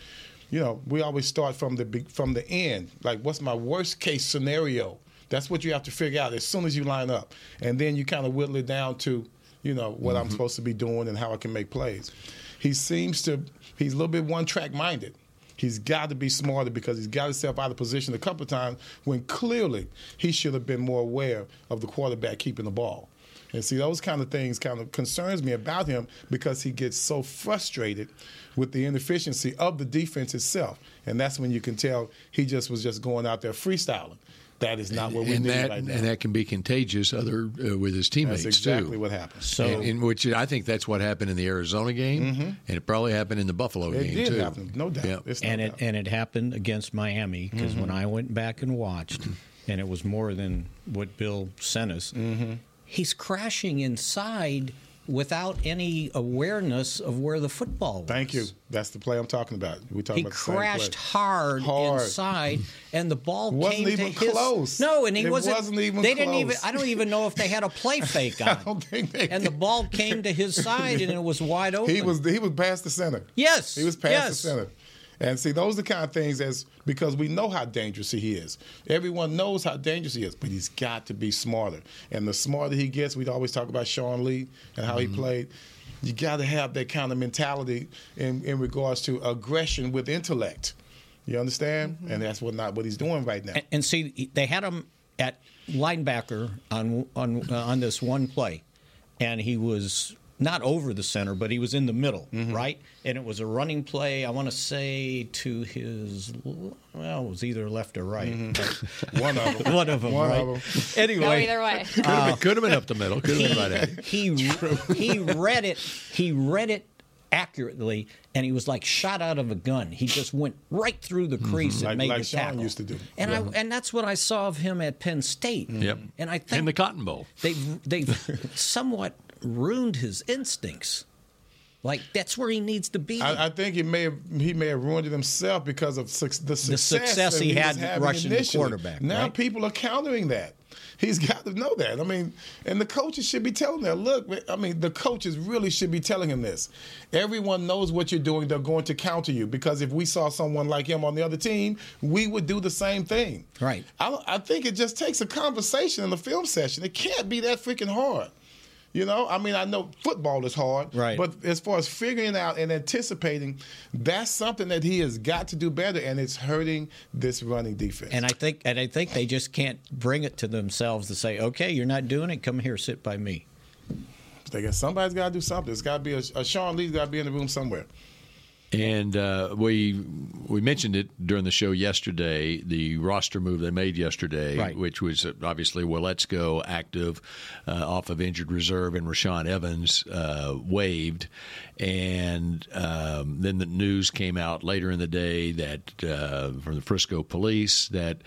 S5: You know, we always start from the be- from the end. Like, what's my worst case scenario? That's what you have to figure out as soon as you line up, and then you kind of whittle it down to, you know, what I'm supposed to be doing and how I can make plays. He seems to he's a little bit one track minded. He's got to be smarter because he's got himself out of position a couple of times when clearly he should have been more aware of the quarterback keeping the ball. And see, those kind of things kind of concerns me about him because he gets so frustrated with the inefficiency of the defense itself. And that's when you can tell he just was just going out there freestyling. That is not what we
S4: and
S5: need
S4: that
S5: right now.
S4: and that can be contagious other uh, with his teammates
S5: exactly
S4: too.
S5: what happened.
S4: So, and, and which I think that's what happened in the Arizona game,
S5: Mm-hmm.
S4: and it probably happened in the Buffalo game too.
S5: no doubt.
S6: and it and it happened against Miami because
S4: Mm-hmm.
S6: when I went back and watched, and it was more than what Bill sent us.
S5: Mm-hmm.
S6: He's crashing inside without any awareness of where the football. was.
S5: Thank you. That's the play I'm talking about. We talking
S6: He
S5: about the same play.
S6: crashed hard,
S5: Hard.
S6: inside, and the ball
S5: Wasn't
S6: came
S5: even
S6: to his.
S5: close.
S6: No, and he
S5: It
S6: wasn't.
S5: wasn't even
S6: they didn't even.
S5: close.
S6: I don't even know if they had a play fake on.
S5: I don't think they
S6: and the ball came to his side, and it was wide open.
S5: He was he was past the center.
S6: Yes,
S5: he was past the
S6: yes.
S5: center. And see, those are the kind of things as because we know how dangerous he is. Everyone knows how dangerous he is, but he's got to be smarter. And the smarter he gets, we always talk about Sean Lee and how he played. You got to have that kind of mentality in, in regards to aggression with intellect. You understand?
S6: Mm-hmm.
S5: And that's what not what he's doing right now.
S6: And see, they had him at linebacker on on uh, on this one play, and he was not over the center, but he was in the middle,
S4: Mm-hmm.
S6: right? And it was a running play. I want to say to his l- well, it was either left or right.
S5: One of
S4: 'em.
S6: one of them.
S4: Mm-hmm. One
S6: right?
S4: of 'em.
S6: Anyway, Uh,
S7: No, either way.
S4: Could have been, could have been up the middle. Could have been right at. it.
S6: he he read it he read it accurately and he was like shot out of a gun he just went right through the
S4: Mm-hmm.
S6: crease and
S5: Like-
S6: made
S5: like
S6: the
S5: Sean
S6: tackle
S5: used to do.
S6: and i
S5: Yeah.
S6: and that's what i saw of him at penn state
S4: Yep.
S6: and i think
S4: in the Cotton Bowl.
S6: they've they've somewhat ruined his instincts like that's where he needs to be
S5: I, I think he may have he may have ruined it himself because of suc the success,
S6: success
S5: that
S6: he had
S5: was having
S6: rushing the
S5: initially.
S6: quarterback,
S5: Now
S6: right?
S5: people are countering that. He's got to know that. I mean, and the coaches should be telling that. Look, I mean, the coaches really should be telling him this. Everyone knows what you're doing. They're going to counter you because if we saw someone like him on the other team, we would do the same thing.
S6: right
S5: I, don't- I think it just takes a conversation in the film session. It can't be that freaking hard. You know, I mean, I know football is hard,
S6: Right.
S5: But as far as figuring out and anticipating, that's something that he has got to do better, and it's hurting this running defense.
S6: and I think and I think they just can't bring it to themselves to say, okay, you're not doing it. Come here, sit by me.
S5: They got somebody's got to do something. It's got to be a, a Sean Lee's got to be in the room somewhere.
S4: And uh, we we mentioned it during the show yesterday, the roster move they made yesterday,
S6: Right.
S4: which was uh, obviously Willetsko active uh, off of injured reserve and Rashawn Evans uh, waived. And um, then the news came out later in the day that uh, from the Frisco police that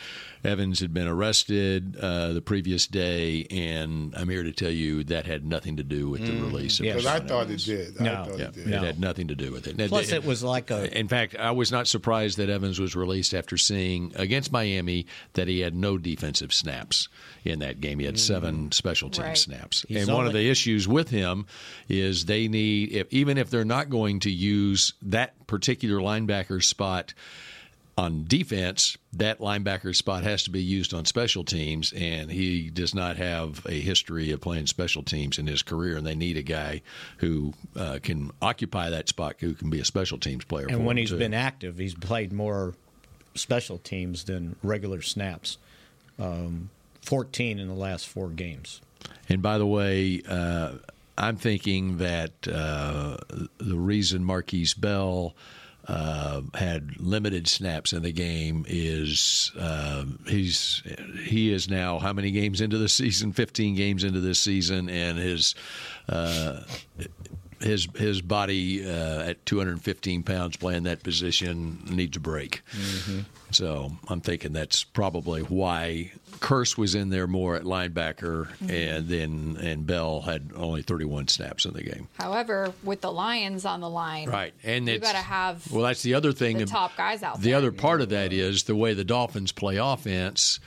S4: Evans had been arrested uh, the previous day. And I'm here to tell you that had nothing to do with the release of
S5: Because
S4: Rashawn
S5: I thought it did. Mm. I
S6: Mm, No.
S5: thought
S4: yeah,
S5: it did.
S4: it had nothing to do with it.
S6: Plus, it was like a
S4: In fact, I was not surprised that Evans was released after seeing against Miami that he had no defensive snaps in that game. He had seven special team
S7: Right.
S4: snaps.
S6: He's
S4: and one of
S6: only-
S4: the issues with him is they need, if, even if they're not going to use that particular linebacker spot on defense, that linebacker spot has to be used on special teams, and he does not have a history of playing special teams in his career. And they need a guy who uh, can occupy that spot, who can be a special teams player. for
S6: and when
S4: he's
S6: he's been active, he's played more special teams than regular snaps. Um, 14 in the last four games.
S4: And by the way, uh, I'm thinking that uh, the reason Marquise Bell uh, had limited snaps in the game. Is um, he's he is now how many games into the season? Fifteen games into this season, and his. Uh, his his body uh, at 215 pounds playing that position needs a break. So I'm thinking that's probably why Curse was in there more at linebacker,
S7: Mm-hmm.
S4: and then and Bell had only 31 snaps in the game.
S7: However, with the Lions on the line,
S4: Right, and
S7: you
S4: it's,
S7: got to have
S4: well. That's the other thing.
S7: the top guys out
S4: The
S7: there.
S4: other part of that is the way the Dolphins play offense,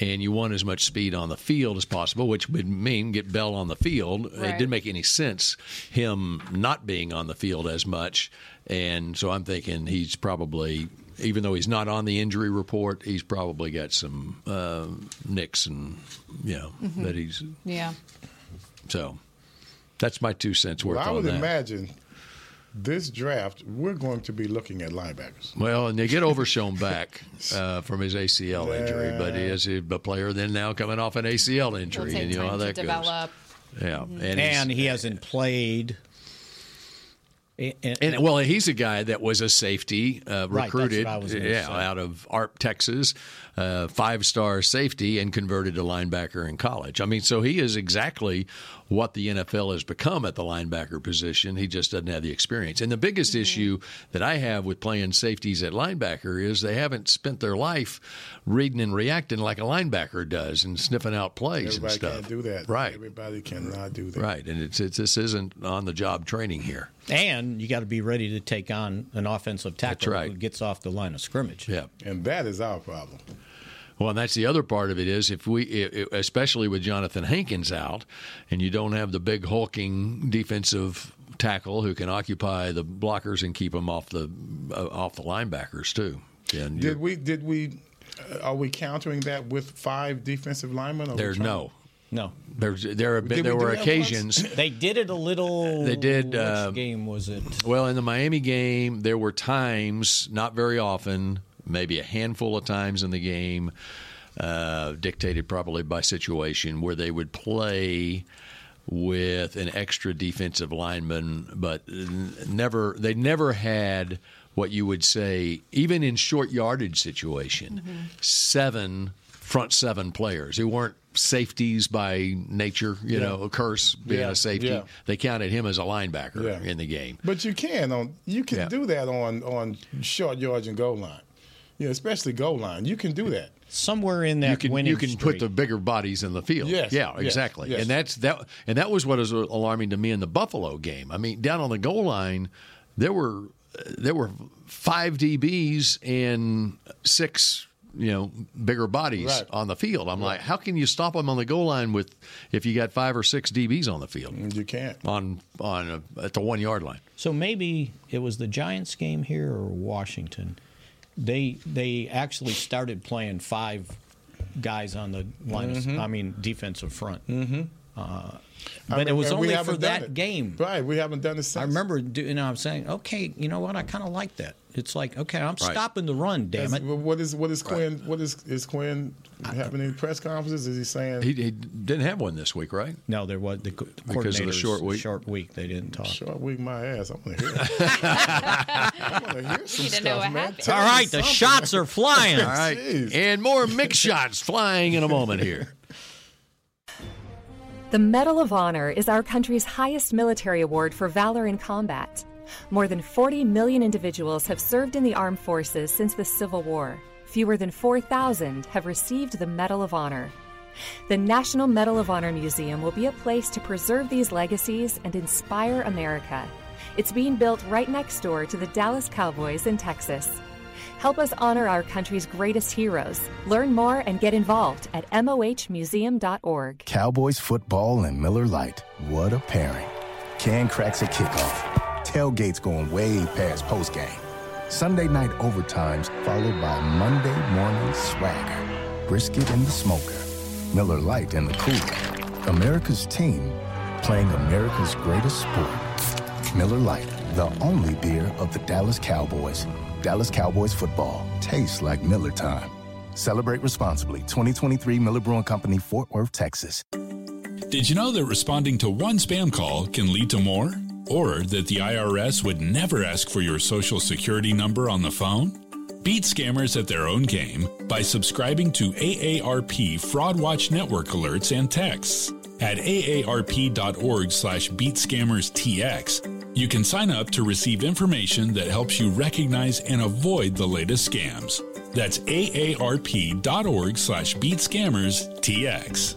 S4: and you want as much speed on the field as possible, which would mean get Bell on the field. It
S7: Right.
S4: didn't make any sense him not being on the field as much, and so I'm thinking he's probably. Even though he's not on the injury report, he's probably got some uh, nicks and you know
S7: Mhm.
S4: that he's
S7: yeah.
S4: so. That's my two cents worth
S5: Well, I
S4: on
S5: would
S4: that.
S5: imagine this draft, we're going to be looking at linebackers.
S4: Well, and they get Overshone back uh, from his ACL injury, but he is a player then now coming off an ACL
S7: It'll
S4: injury,
S7: take
S4: and you know
S7: time
S4: how
S7: to
S4: that goes.
S7: develop.
S4: Yeah,
S6: And,
S4: he's-
S6: he hasn't played. And,
S4: and well, he's a guy that was a safety uh,
S6: Right, that's what
S4: recruited,
S6: I was gonna
S4: yeah,
S6: say.
S4: out of ARP, Texas, uh, five-star safety, and converted to linebacker in college. I mean, so he is exactly what the NFL has become at the linebacker position. He just doesn't have the experience. And the biggest
S5: Mm-hmm.
S4: issue that I have with playing safeties at linebacker is they haven't spent their life reading and reacting like a linebacker does and sniffing out plays
S5: Everybody
S4: and stuff.
S5: can't do that.
S4: Right.
S5: Everybody cannot do that.
S4: Right, and it's, it's this isn't on-the-job training here.
S6: and you got to be ready to take on an offensive tackle
S4: right.
S6: who gets off the line of scrimmage.
S4: Yeah.
S5: And that is our problem.
S4: Well, and that's the other part of it is if we, i i- especially with Jonathan Hankins out, and you don't have the big hulking defensive tackle who can occupy the blockers and keep them off the uh, off the linebackers too. And
S5: Did we? Did we? Uh, are we countering that with five defensive linemen? Are we
S4: there's
S5: trying-
S4: no,
S6: Oh, no.
S4: There's there have been,
S6: Did we
S4: there
S6: do
S4: were
S6: that once?
S4: occasions
S6: They did it a little.
S4: They did,
S6: Which
S4: uh,
S6: game was it?
S4: Well, in the Miami game, there were times, not very often, maybe a handful of times in the game, uh, dictated probably by situation, where they would play with an extra defensive lineman, but n- never they never had what you would say, even in short yardage situation, seven front seven players who weren't safeties by nature, you
S5: Yeah.
S4: know, a curse being
S5: Yeah,
S4: a safety.
S5: yeah.
S4: They counted him as a linebacker
S5: Yeah.
S4: in the game.
S5: But you can on you can
S4: Yeah.
S5: do that on on short yards and goal line. Yeah, especially goal line. You can do that.
S6: Somewhere in that
S4: you can
S6: winning
S4: you can put
S6: streak.
S4: the bigger bodies in the field.
S5: Yes,
S4: yeah,
S5: yes,
S4: exactly.
S5: yes.
S4: And that's that and that was what was alarming to me in the Buffalo game. I mean, down on the goal line, there were there were five DBs and six you know bigger bodies
S5: Right.
S4: on the field. I'm like, how can you stop them on the goal line with if you got five or six DBs on the field
S5: You can't.
S4: on on a, at the one yard line?
S6: So maybe it was the Giants game here or Washington. They they actually started playing five guys on the line. of-
S4: Mm-hmm.
S5: Mhm.
S6: I mean defensive front.
S5: Mm-hmm.
S6: Uh, but it was only for that game.
S5: Right. We haven't done it since.
S6: I remember, do, and I'm saying, okay, you know what? I kind of like that. It's like, okay, I'm
S5: Right.
S6: stopping the run, damn
S5: That's-
S6: it.
S5: well, What is what is Quinn? What is is Quinn having any press conferences? Is he saying
S4: He, he didn't have one this week, right?
S6: No, there was the, co- the
S4: Because of the
S6: coordinators,
S4: short week.
S6: Short week, they didn't talk.
S5: short week my ass? I want to hear. I want to hear some
S7: need to
S5: stuff,
S7: know what
S5: man.
S7: happened.
S5: Tell
S6: All
S5: me
S6: right, the
S5: something.
S6: shots are flying.
S4: All right,
S5: Jeez.
S4: and more mix shots flying in a moment here.
S13: The Medal of Honor is our country's highest military award for valor in combat. More than 40 million individuals have served in the armed forces since the Civil War. Fewer than 4,000 have received the Medal of Honor. The National Medal of Honor Museum will be a place to preserve these legacies and inspire America. It's being built right next door to the Dallas Cowboys in Texas. Help us honor our country's greatest heroes. Learn more and get involved at mohmuseum.org.
S14: Cowboys football and Miller Lite. What a pairing. Can cracks a kickoff. Tailgates going way past postgame. Sunday night overtimes followed by Monday morning swagger. Brisket in the smoker. Miller Lite in the cooler. America's team playing America's greatest sport. Miller Lite, the only beer of the Dallas Cowboys. Dallas Cowboys football tastes like Miller time. Celebrate responsibly. 2023 Miller Brewing Company, Fort Worth, Texas.
S8: Did you know that responding to one spam call can lead to more? or that the IRS would never ask for your social security number on the phone? Beat scammers at their own game by subscribing to AARP Fraud Watch Network alerts and texts. At aarp.org slash beatscammerstx, you can sign up to receive information that helps you recognize and avoid the latest scams. That's aarp.org slash beatscammerstx.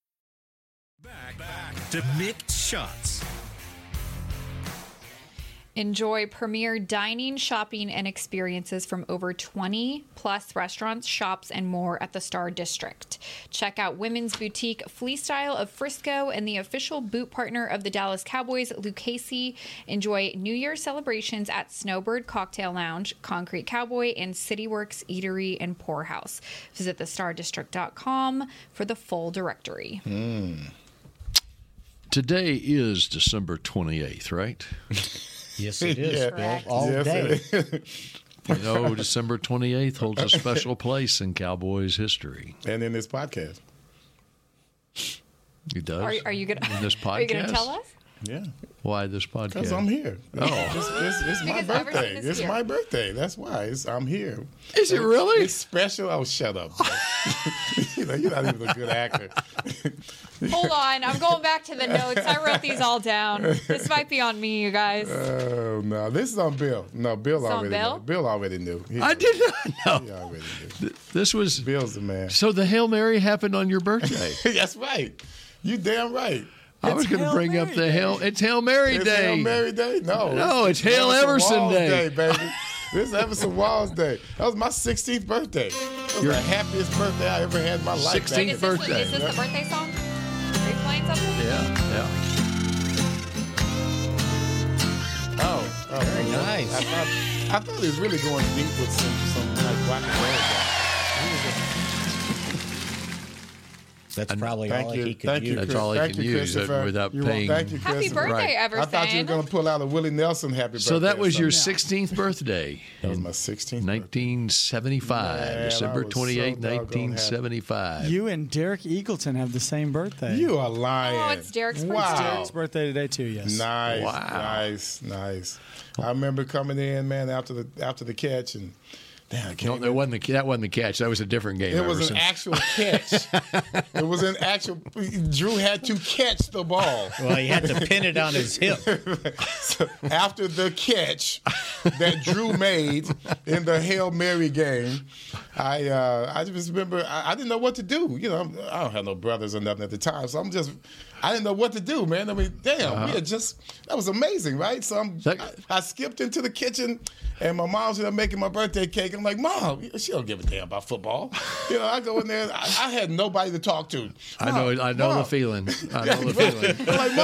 S3: To mixed shots.
S7: Enjoy premier dining, shopping, and experiences from over 20 plus restaurants, shops, and more at the Star District. Check out Women's Boutique Flea Style of Frisco and the official boot partner of the Dallas Cowboys, Lucchese. Enjoy New Year celebrations at Snowbird Cocktail Lounge, Concrete Cowboy, and Cityworks Eatery and Poorhouse. Visit thestardistrict.com for the full directory.
S4: Hmm. Today is December 28th, right?
S6: Yes, it is.
S7: Correct.
S6: All, all
S7: Yes,
S6: day.
S7: it
S4: You know, December 28th holds a special place in Cowboys history.
S5: And in this podcast.
S4: It does.
S7: Are, are you going
S4: In this
S7: to
S4: podcast?
S7: are you going to tell us?
S5: Yeah.
S4: Why this podcast?
S5: Because I'm here.
S4: Oh.
S5: It's, it's- it's my
S7: Because everything
S5: birthday.
S7: is
S5: It's
S7: here.
S5: my birthday. That's why it's, I'm here.
S4: Is it really?
S5: It's special. Oh, shut up. bro. you know, you're not even a good actor.
S7: Hold on, I'm going back to the notes. I wrote these all down. This might be on me, you guys.
S5: Oh, no. This is on Bill. No, Bill
S7: It's on
S5: already
S7: Bill?
S5: knew. Bill already knew. He
S4: I
S5: knew.
S4: did not
S5: He
S4: know.
S5: already knew.
S4: Th- This was.
S5: Bill's the man.
S4: So the Hail Mary happened on your birthday.
S5: That's right. You damn right.
S4: I was going to bring up the Hail. It's Hail Mary
S5: It's
S4: Day.
S5: Hail Mary Day? No.
S4: No, it's Hail
S5: Everson
S4: Everson
S5: Walls
S4: Day.
S5: baby. this is Everson Walls Day. That was my 16th birthday. That was
S4: Your-
S5: the happiest birthday I ever had in my life.
S4: 16th
S5: baby.
S4: birthday.
S7: Is this the birthday song? Are you playing something?
S4: Yeah, yeah.
S5: Oh, oh, very
S6: nice.
S5: I thought, I thought it was really going deep with some, some like black and red.
S6: That's probably
S5: Thank
S6: all
S5: you.
S6: he could
S5: Thank you,
S6: use.
S4: That's all he
S5: Thank
S4: can
S5: you,
S4: use it
S5: Christopher.
S4: without
S5: You're welcome.
S4: paying.
S5: Thank you,
S7: Happy
S5: Christopher.
S7: birthday,
S5: I thought you were
S7: Everson.
S5: going to pull out a Willie Nelson happy birthday.
S4: So that
S5: or
S4: was your
S5: something.
S4: 16th birthday,
S5: That was my 16th.
S4: 1975,
S5: Man, I was
S4: December
S5: so
S4: 28,
S5: doggone happy.
S6: Uh,
S4: 1975.
S15: You and Derek Eagleton have the same birthday.
S5: You are lying.
S7: Oh, it's Derek's
S5: wow.
S7: birthday.
S15: Derek's birthday today too. Yes.
S5: Nice,
S4: Wow.
S5: nice, nice. I remember coming in, man, after the after the catch, and damn, I
S4: No,
S5: can't.
S4: that wasn't the that wasn't the catch. That was a different game.
S5: it was
S4: Everson.
S5: an actual catch. it was an actual. Drew had to catch the ball.
S6: Well, he had to pin it on his hip.
S5: So after the catch that Drew made in the Hail Mary game, I uh, I just remember I, I didn't know what to do. You know, I'm, I don't have no brothers or nothing at the time, so I'm just I didn't know what to do, man. I mean, damn,
S4: Uh-huh.
S5: we had just that was amazing, right? So I'm,
S4: That-
S5: I, I skipped into the kitchen, and my mom's there making my birthday cake. I'm like, Mom, she don't give a damn about football. You know, I go in there, I, I had nobody to talk to.
S4: I know. I know the
S5: Mom.
S4: feeling. I know the feeling.
S5: I'm like,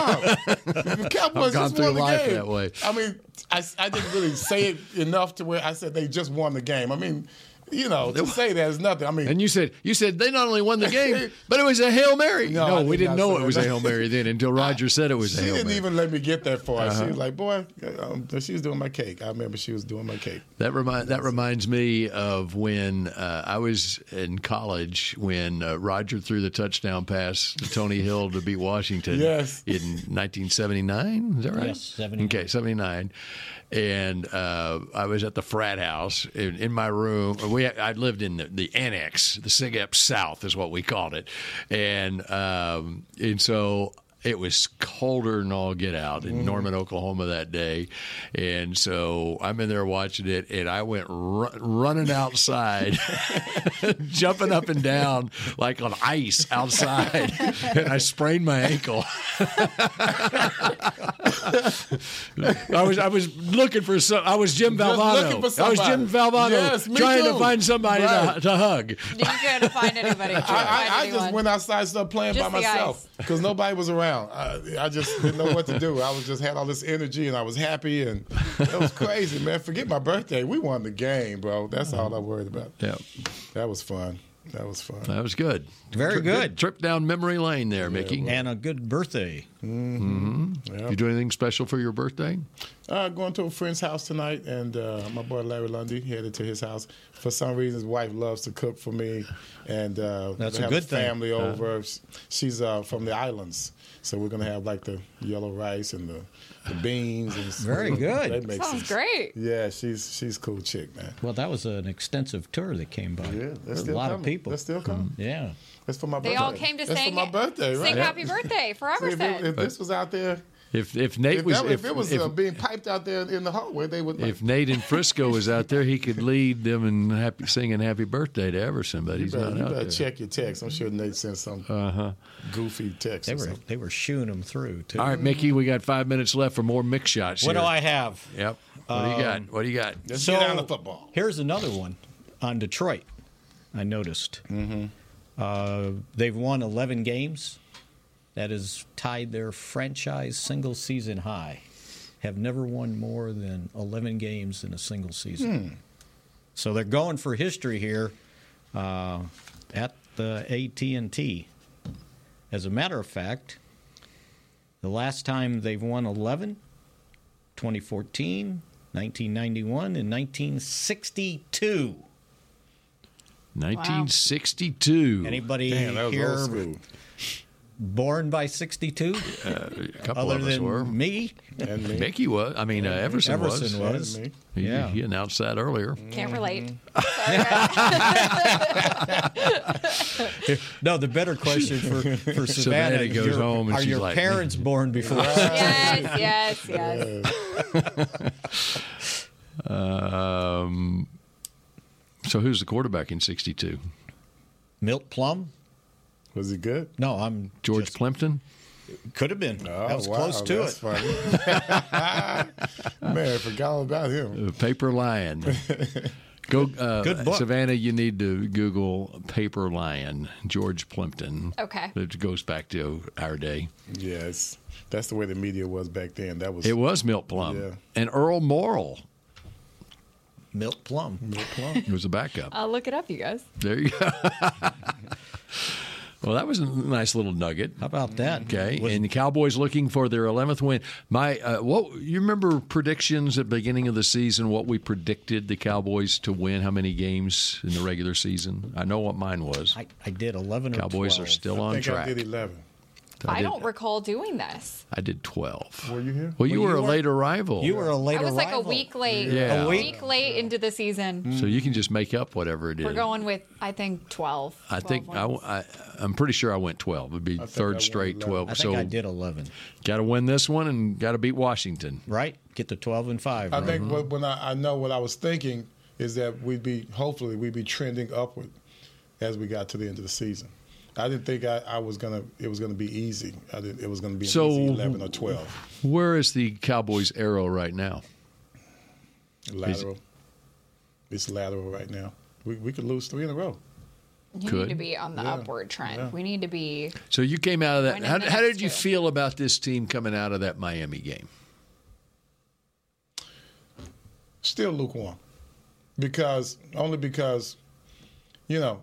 S5: Mom, the Cowboys
S4: I've gone
S5: just
S4: through
S5: won the
S4: life
S5: game.
S4: that way.
S5: I mean, I, I didn't really say it enough to where I said they just won the game. I mean, you know, to say that is nothing. I mean,
S4: And you said you said they not only won the game, but it was a hail mary.
S5: No,
S4: No,
S5: I
S4: we
S5: did
S4: didn't
S5: not
S4: know
S5: say
S4: it was a
S5: that.
S4: hail mary then until Roger said it was a
S5: she
S4: hail
S5: didn't
S4: mary.
S5: even let me get that far.
S4: Uh-huh.
S5: She was like, boy, um, she was doing my cake. I remember she was doing my cake.
S4: That remind that reminds me of when uh, I was in college when uh, Roger threw the touchdown pass to Tony Hill to beat Washington.
S5: Yes.
S4: in 1979, is that right?
S6: Yes, 79.
S4: Okay, 79. And uh, I was at the frat house in, in my room. We I lived in the, the annex, the SIGEP South is what we called it, and um, and so. It was colder than all get out in
S3: Mhm.
S4: Norman, Oklahoma that day, and so I'm in there watching it, and I went ru- running outside, jumping up and down like on ice outside, and I sprained my ankle. I was I was looking for some. I was Jim
S5: Just
S4: Valvano.
S5: looking for
S4: I was Jim
S5: somebody.
S4: Valvano
S5: Yes, me
S4: trying to
S5: too.
S4: find somebody to,
S5: Right.
S4: to hug.
S7: couldn't find anybody.
S5: I, I, I
S7: anyone.
S5: just went outside and started playing
S7: Just
S5: by
S7: the ice.
S5: myself because nobody was around. I, I just didn't know what to do. I was just had all this energy and I was happy and it was crazy, man. Forget my birthday. We won the game, bro. That's all I worried about.
S4: Yeah,
S5: that was fun. That was fun.
S4: That was good.
S5: Very
S4: Trip-
S5: good.
S4: Trip down memory lane there, Mickey.
S6: And a good birthday.
S4: Mm-hmm. You do anything special for your birthday?
S5: Uh, going to a friend's house tonight, and uh, my boy Larry Lundy headed to his house. For some reason, his wife loves to cook for me, and uh,
S6: That's
S5: we're
S6: a
S5: gonna have
S6: good
S5: the
S6: thing.
S5: family
S6: Uh.
S5: over. She's uh, from the islands, so we're gonna have like the yellow rice and the, the beans. And some-
S6: Very good.
S5: That makes
S7: Sounds
S5: sense.
S7: great.
S5: Yeah, she's she's a cool chick, man.
S6: Well, that was an extensive tour that came by. Yeah,
S5: That's
S6: a
S5: still
S6: lot
S5: coming.
S6: of people.
S5: That's still coming.
S6: Yeah.
S5: That's for my
S7: They
S5: birthday.
S7: all came to
S5: That's
S7: sing-
S5: for my birthday, right?
S7: sing happy birthday for
S5: See, if, it-
S7: Iverson.
S5: if this was out there,
S4: If if Nate
S5: if,
S4: was
S5: that, if, it was
S4: if,
S5: uh, being piped out there in the hallway, they would.
S4: if Nate in Frisco was out there, he could lead them in happy, singing "Happy Birthday" to Everson, but
S5: you
S4: he's
S5: better,
S4: not
S5: you
S4: out
S5: better
S4: there.
S5: check your text. I'm sure Nate sent some
S4: Uh-huh.
S5: goofy text.
S6: They
S5: or
S6: were
S5: something.
S6: they were shooing them through too.
S4: All right, Mickey, we got five minutes left for more mix shots.
S6: What do
S4: here.
S6: I have?
S4: Yep. What do you got?
S6: Um,
S4: What do you got?
S5: football.
S6: Here's another one on Detroit. I noticed
S5: Mm-hmm.
S6: uh, they've won 11 games. That is tied their franchise single season high. Have never won more than 11 games in a single season.
S5: Hmm.
S6: So they're going for history here uh, at the AT&T. As a matter of fact, the last time they've won 11, 2014, 1991, and 1962.
S4: 1962.
S6: Anybody here born by 62?
S4: Uh, a couple
S6: Other
S4: of us
S6: than
S4: were.
S6: me?
S5: And
S6: me.
S4: Mickey was. I mean, uh,
S6: And me.
S4: Everson,
S6: Everson was. And me.
S4: He,
S6: Yeah.
S4: he announced that earlier.
S7: Can't relate.
S6: no, the better question for, for Savannah,
S4: Savannah
S6: is
S4: goes
S6: your-
S4: home and
S6: are
S4: she's
S6: your
S4: like-
S6: parents born before?
S7: yes, yes, yes.
S4: um, so who's the quarterback in 62?
S6: Milt Plum.
S5: Was he good?
S6: No, I'm
S4: George Plimpton.
S6: Could have been.
S5: Oh,
S6: that was
S5: wow,
S6: close to
S5: that's
S6: it.
S5: Funny. Man, I forgot all about him.
S4: Uh, Paper Lion. Go, uh,
S5: Good book.
S4: Savannah. You need to Google Paper Lion, George Plimpton.
S7: Okay.
S4: it goes back to our day.
S5: Yes, that's the way the media was back then. That was
S4: It was Milt Plum
S5: Yeah.
S4: and Earl Morrill
S6: Milt Plum. Milt Plum.
S4: was a backup.
S7: I'll look it up, you guys.
S4: There you go. well, that was a nice little nugget. How
S6: about that?
S4: Okay. and the Cowboys looking for their 11th win. My uh, what you remember predictions at the beginning of the season what we predicted the Cowboys to win how many games in the regular season? I know what mine was.
S6: I, I did 11 or
S4: Cowboys are
S6: 12.
S4: still
S5: I
S4: on
S5: think
S4: track.
S5: I did eleven.
S7: I
S4: did-
S7: don't recall doing this.
S4: I did 12.
S5: Were you here?
S4: Well, you were, a late arrival.
S6: You were a late
S7: I was like a
S6: arrival.
S7: week late.
S4: Yeah. Mm.
S7: A
S4: A
S7: week
S4: week?
S7: late into the season.
S4: So you can just make up whatever it is.
S7: We're going with I think twelve.
S4: I
S7: 12
S4: think I,
S7: wins.
S4: I, I'm pretty sure I went 12. It'd be
S6: think I
S4: third
S6: went
S4: straight
S6: 11.
S4: 12.
S6: I
S4: so
S6: think I did 11.
S4: Got to win this one and got to beat Washington. Mm-hmm.
S6: Right. Get to 12 and 5.
S5: I think what, when I, I know what I was thinking is that we'd be hopefully we'd be trending upward as we got to the end of the season. I didn't think I, I was gonna it was gonna be easy. I didn't, it was gonna be an
S4: So-
S5: easy eleven or twelve
S4: Where is the Cowboys' arrow right now?
S5: lateral. it's lateral right now. We we could lose three in a row.
S7: you
S4: Could.
S7: need to be on the
S5: Yeah,
S7: upward trend.
S5: yeah.
S7: We need to be
S4: So you came out of that.
S7: Winning
S4: How,
S7: the
S4: how
S7: next
S4: did you
S7: two.
S4: feel about this team coming out of that Miami game?
S5: still lukewarm because only because you know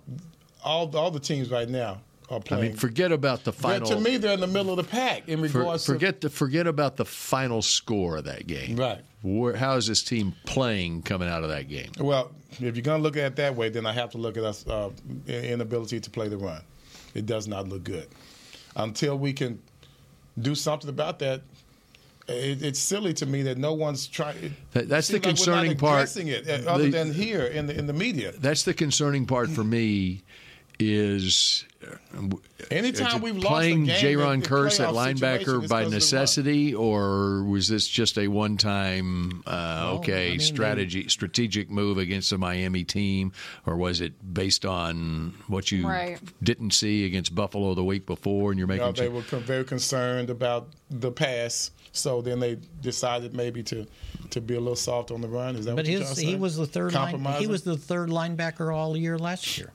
S5: all all the teams right now are
S4: I
S5: playing.
S4: mean, forget about the
S5: They're-
S4: final.
S5: to me, they're in the middle of the pack in
S4: for-
S5: regards to
S4: forget the forget about the final score of that game.
S5: Right.
S4: Where, how is this team playing coming out of that game?
S5: Well, if you're going to look at it that way, then I have to look at us uh, in- inability to play the run. It does not look good. Until we can do something about that, it, it's silly to me that no one's trying.
S4: That- that's the
S5: like we're
S4: concerning
S5: not
S4: part.
S5: addressing It, uh, other
S4: The-
S5: than here in the in the media.
S4: That's the concerning part for me is uh,
S5: Anytime we've lost a
S4: playing
S5: game,
S4: Jaron
S5: the- the
S4: Curse at
S5: playoff situation
S4: linebacker
S5: is
S4: by
S5: 'cause of
S4: necessity, or was this just a one-time uh, okay
S5: mean,
S4: strategy strategic move against the Miami team, or was it based on what you
S5: Right.
S4: didn't see against Buffalo the week before, and you're
S5: You
S4: making
S5: know, they
S4: cha-
S5: were con- very concerned about the pass, so then they decided maybe to to be a little soft on the run. Is that
S6: But
S5: what you're
S6: his,
S5: trying to
S6: he
S5: say?
S6: was the third line, he
S5: Compromising?
S6: was the third linebacker all year last year.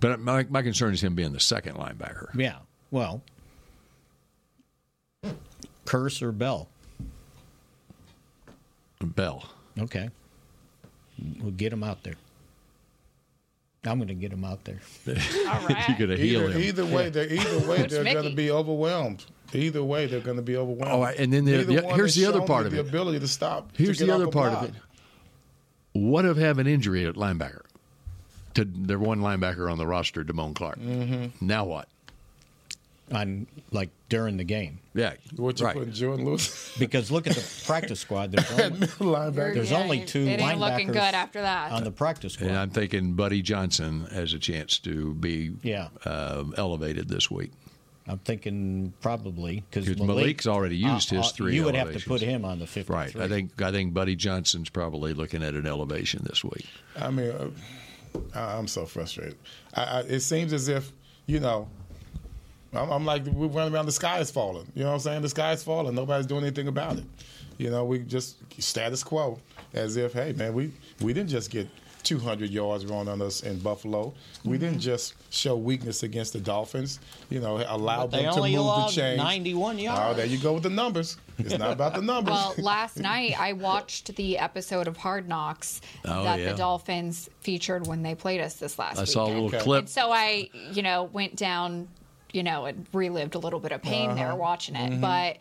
S4: But my, my concern is him being the second linebacker.
S6: Yeah. Well, Curse or Bell?
S4: Bell.
S6: Okay. We'll get him out there. I'm going to get him out there.
S4: You're going to heal
S5: either,
S4: him.
S5: either way, they're either way
S6: Coach
S5: they're going
S6: Mickey.
S5: to be overwhelmed. Either way, they're going to be overwhelmed.
S4: Oh, and then the-
S5: Neither
S4: the-
S5: one
S4: here's
S5: has
S4: the other
S5: shown
S4: part
S5: me
S4: of
S5: the
S4: it.
S5: ability to stop. to
S4: Here's
S5: get
S4: the
S5: off
S4: other
S5: a
S4: part of
S5: block.
S4: it. What if having injury at linebacker to their one linebacker on the roster, Damone Clark? Mm-hmm. Now what?
S6: On like during the game.
S4: Yeah,
S5: What you
S4: right.
S5: putting Jordan Lewis?
S6: Because look at the practice squad. There's only,
S5: linebacker.
S6: there's
S7: Yeah,
S6: only
S7: it-
S6: two
S7: it ain't looking
S6: linebackers
S7: good after that.
S6: on the practice squad.
S4: And I'm thinking Buddy Johnson has a chance to be
S6: Yeah.
S4: uh, elevated this week.
S6: I'm thinking probably because
S4: Because Malik's already used his three.
S6: uh, You would have to put
S4: elevations.
S6: him on the 53.
S4: Right. I think I think Buddy Johnson's probably looking at an elevation this week.
S5: I mean, uh, I, I'm so frustrated. I, I, it seems as if you know, I'm, I'm like we're running around. The sky is falling. You know what I'm saying? The sky is falling. Nobody's doing anything about it. You know, we just status quo as if, hey man, we we didn't just get 200 yards run on us in Buffalo.
S6: Mm-hmm.
S5: We didn't just show weakness against the Dolphins. You know, allow
S6: But they
S5: them to
S6: only
S5: move the
S6: allowed
S5: chain.
S6: 91
S5: Oh,
S6: yards.
S5: there you go with the numbers. It's not about the numbers.
S7: Well, last night I watched the episode of Hard Knocks
S5: Oh,
S7: that
S5: yeah.
S7: the Dolphins featured when they played us this last
S4: I saw a
S7: weekend.
S4: little Okay. clip.
S7: And so I, you know, went down, you know, and relived a little bit of pain there
S16: Uh-huh.
S7: watching it.
S5: Mm-hmm.
S16: Mhm.
S7: But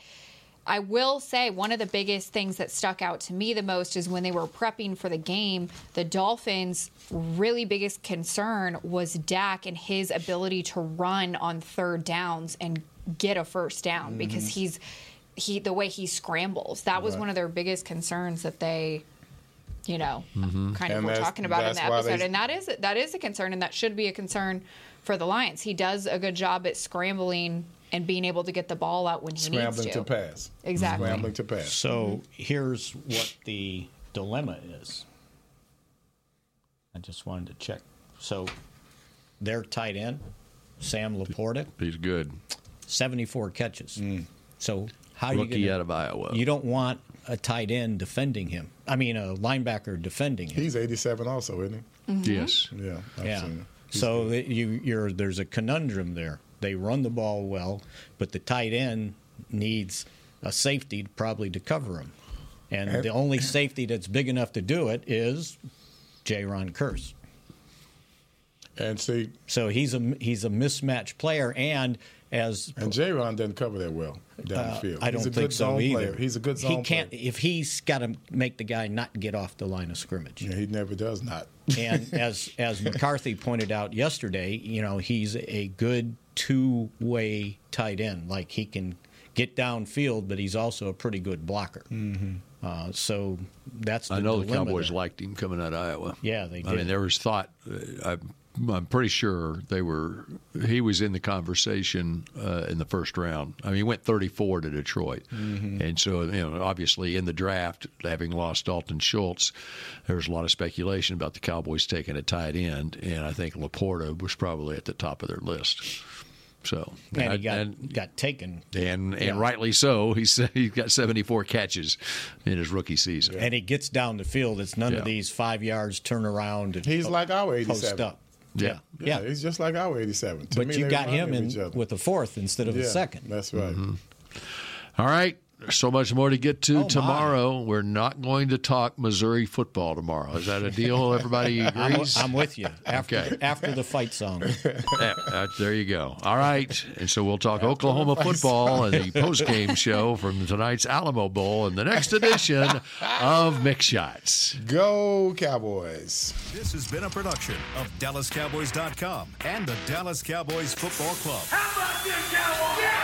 S7: I will say one of the biggest things that stuck out to me the most is when they were prepping for the game, the Dolphins' really biggest concern was Dak and his ability to run on third downs and get a first down because
S16: Mhm.
S5: Mm-hmm.
S7: he's he the way he scrambles. That was
S5: Right.
S7: one of their biggest concerns that they you know,
S6: Mm-hmm.
S5: Mhm.
S7: kind of
S5: And
S7: were
S5: that's-
S7: talking about in
S5: that's
S7: the
S5: why
S7: episode.
S5: they-
S7: and that is that is a concern and that should be a concern for the Lions. He does a good job at scrambling and being able to get the ball out when he
S5: Scrambling
S7: needs
S5: to pass.
S7: Exactly.
S5: Scrambling to pass.
S6: So here's what the dilemma is. I just wanted to check. So their tight end, Sam Laporta.
S4: He's good.
S6: 74 catches.
S5: Mm.
S6: So how are
S4: Rookie
S6: you gonna,
S4: out of Iowa.
S6: You don't want a tight end defending him. I mean, a linebacker defending him.
S5: He's 87 also, isn't he?
S6: Mhm. Yes.
S5: Yeah. I've
S6: yeah.
S5: seen it.
S6: So that you, you're there's a conundrum there. They run the ball well, but the tight end needs a safety probably to cover him, and the only safety that's big enough to do it is J. Ron Curse.
S5: And see,
S6: so he's a he's a mismatch player, and as Uh,
S5: and J. Ron doesn't cover that well downfield.
S6: I don't
S5: He's a
S6: think
S5: good
S6: so
S5: zone
S6: either.
S5: player. He's a good
S6: He
S5: zone
S6: can't if he's got to make the guy not get off the line of scrimmage.
S5: Yeah, he never does not.
S6: and as as McCarthy pointed out yesterday, you know he's a good two way tight end. Like he can get downfield, but he's also a pretty good blocker.
S4: Mhm.
S6: Uh, so that's the
S4: I know the
S6: dilemma
S4: Cowboys
S6: there.
S4: liked him coming out of Iowa.
S6: Yeah, they
S4: I
S6: did.
S4: mean, there was thought. I, I'm pretty sure they were. He was in the conversation uh, in the first round. I mean, he went 34 to Detroit,
S6: Mm-hmm.
S4: and so you know, obviously in the draft, having lost Dalton Schultz, there was a lot of speculation about the Cowboys taking a tight end, and I think Laporta was probably at the top of their list. So
S6: And he
S4: I-
S6: got got taken,
S4: and, and
S6: Yeah.
S4: rightly so. He's he's got 74 catches in his rookie season.
S6: and he gets down the field. It's none
S4: Yeah.
S6: of these five yards turn around. And
S5: He's like our 87.
S6: Post up.
S4: Yeah.
S5: Yeah, he's just like our 87. To
S6: But
S5: me,
S6: you
S5: they
S6: got
S5: remind
S6: him
S5: me of
S6: in-
S5: each other.
S6: with a fourth instead of a
S5: Yeah,
S6: second.
S5: That's right.
S4: All right. So much more to get to
S6: Oh, my.
S4: tomorrow. We're not going to talk Missouri football tomorrow. Is that a deal? Everybody
S6: I'm,
S4: agrees?
S6: I'm with you after
S4: Okay.
S6: after the fight song.
S4: Yeah, uh, there you go. All right. And so we'll talk Oklahoma football and the post-game show from tonight's Alamo Bowl in the next edition of Mix Shots.
S5: Go Cowboys.
S1: This has been a production of DallasCowboys.com and the Dallas Cowboys Football Club.
S16: How about this, Cowboys? Yeah!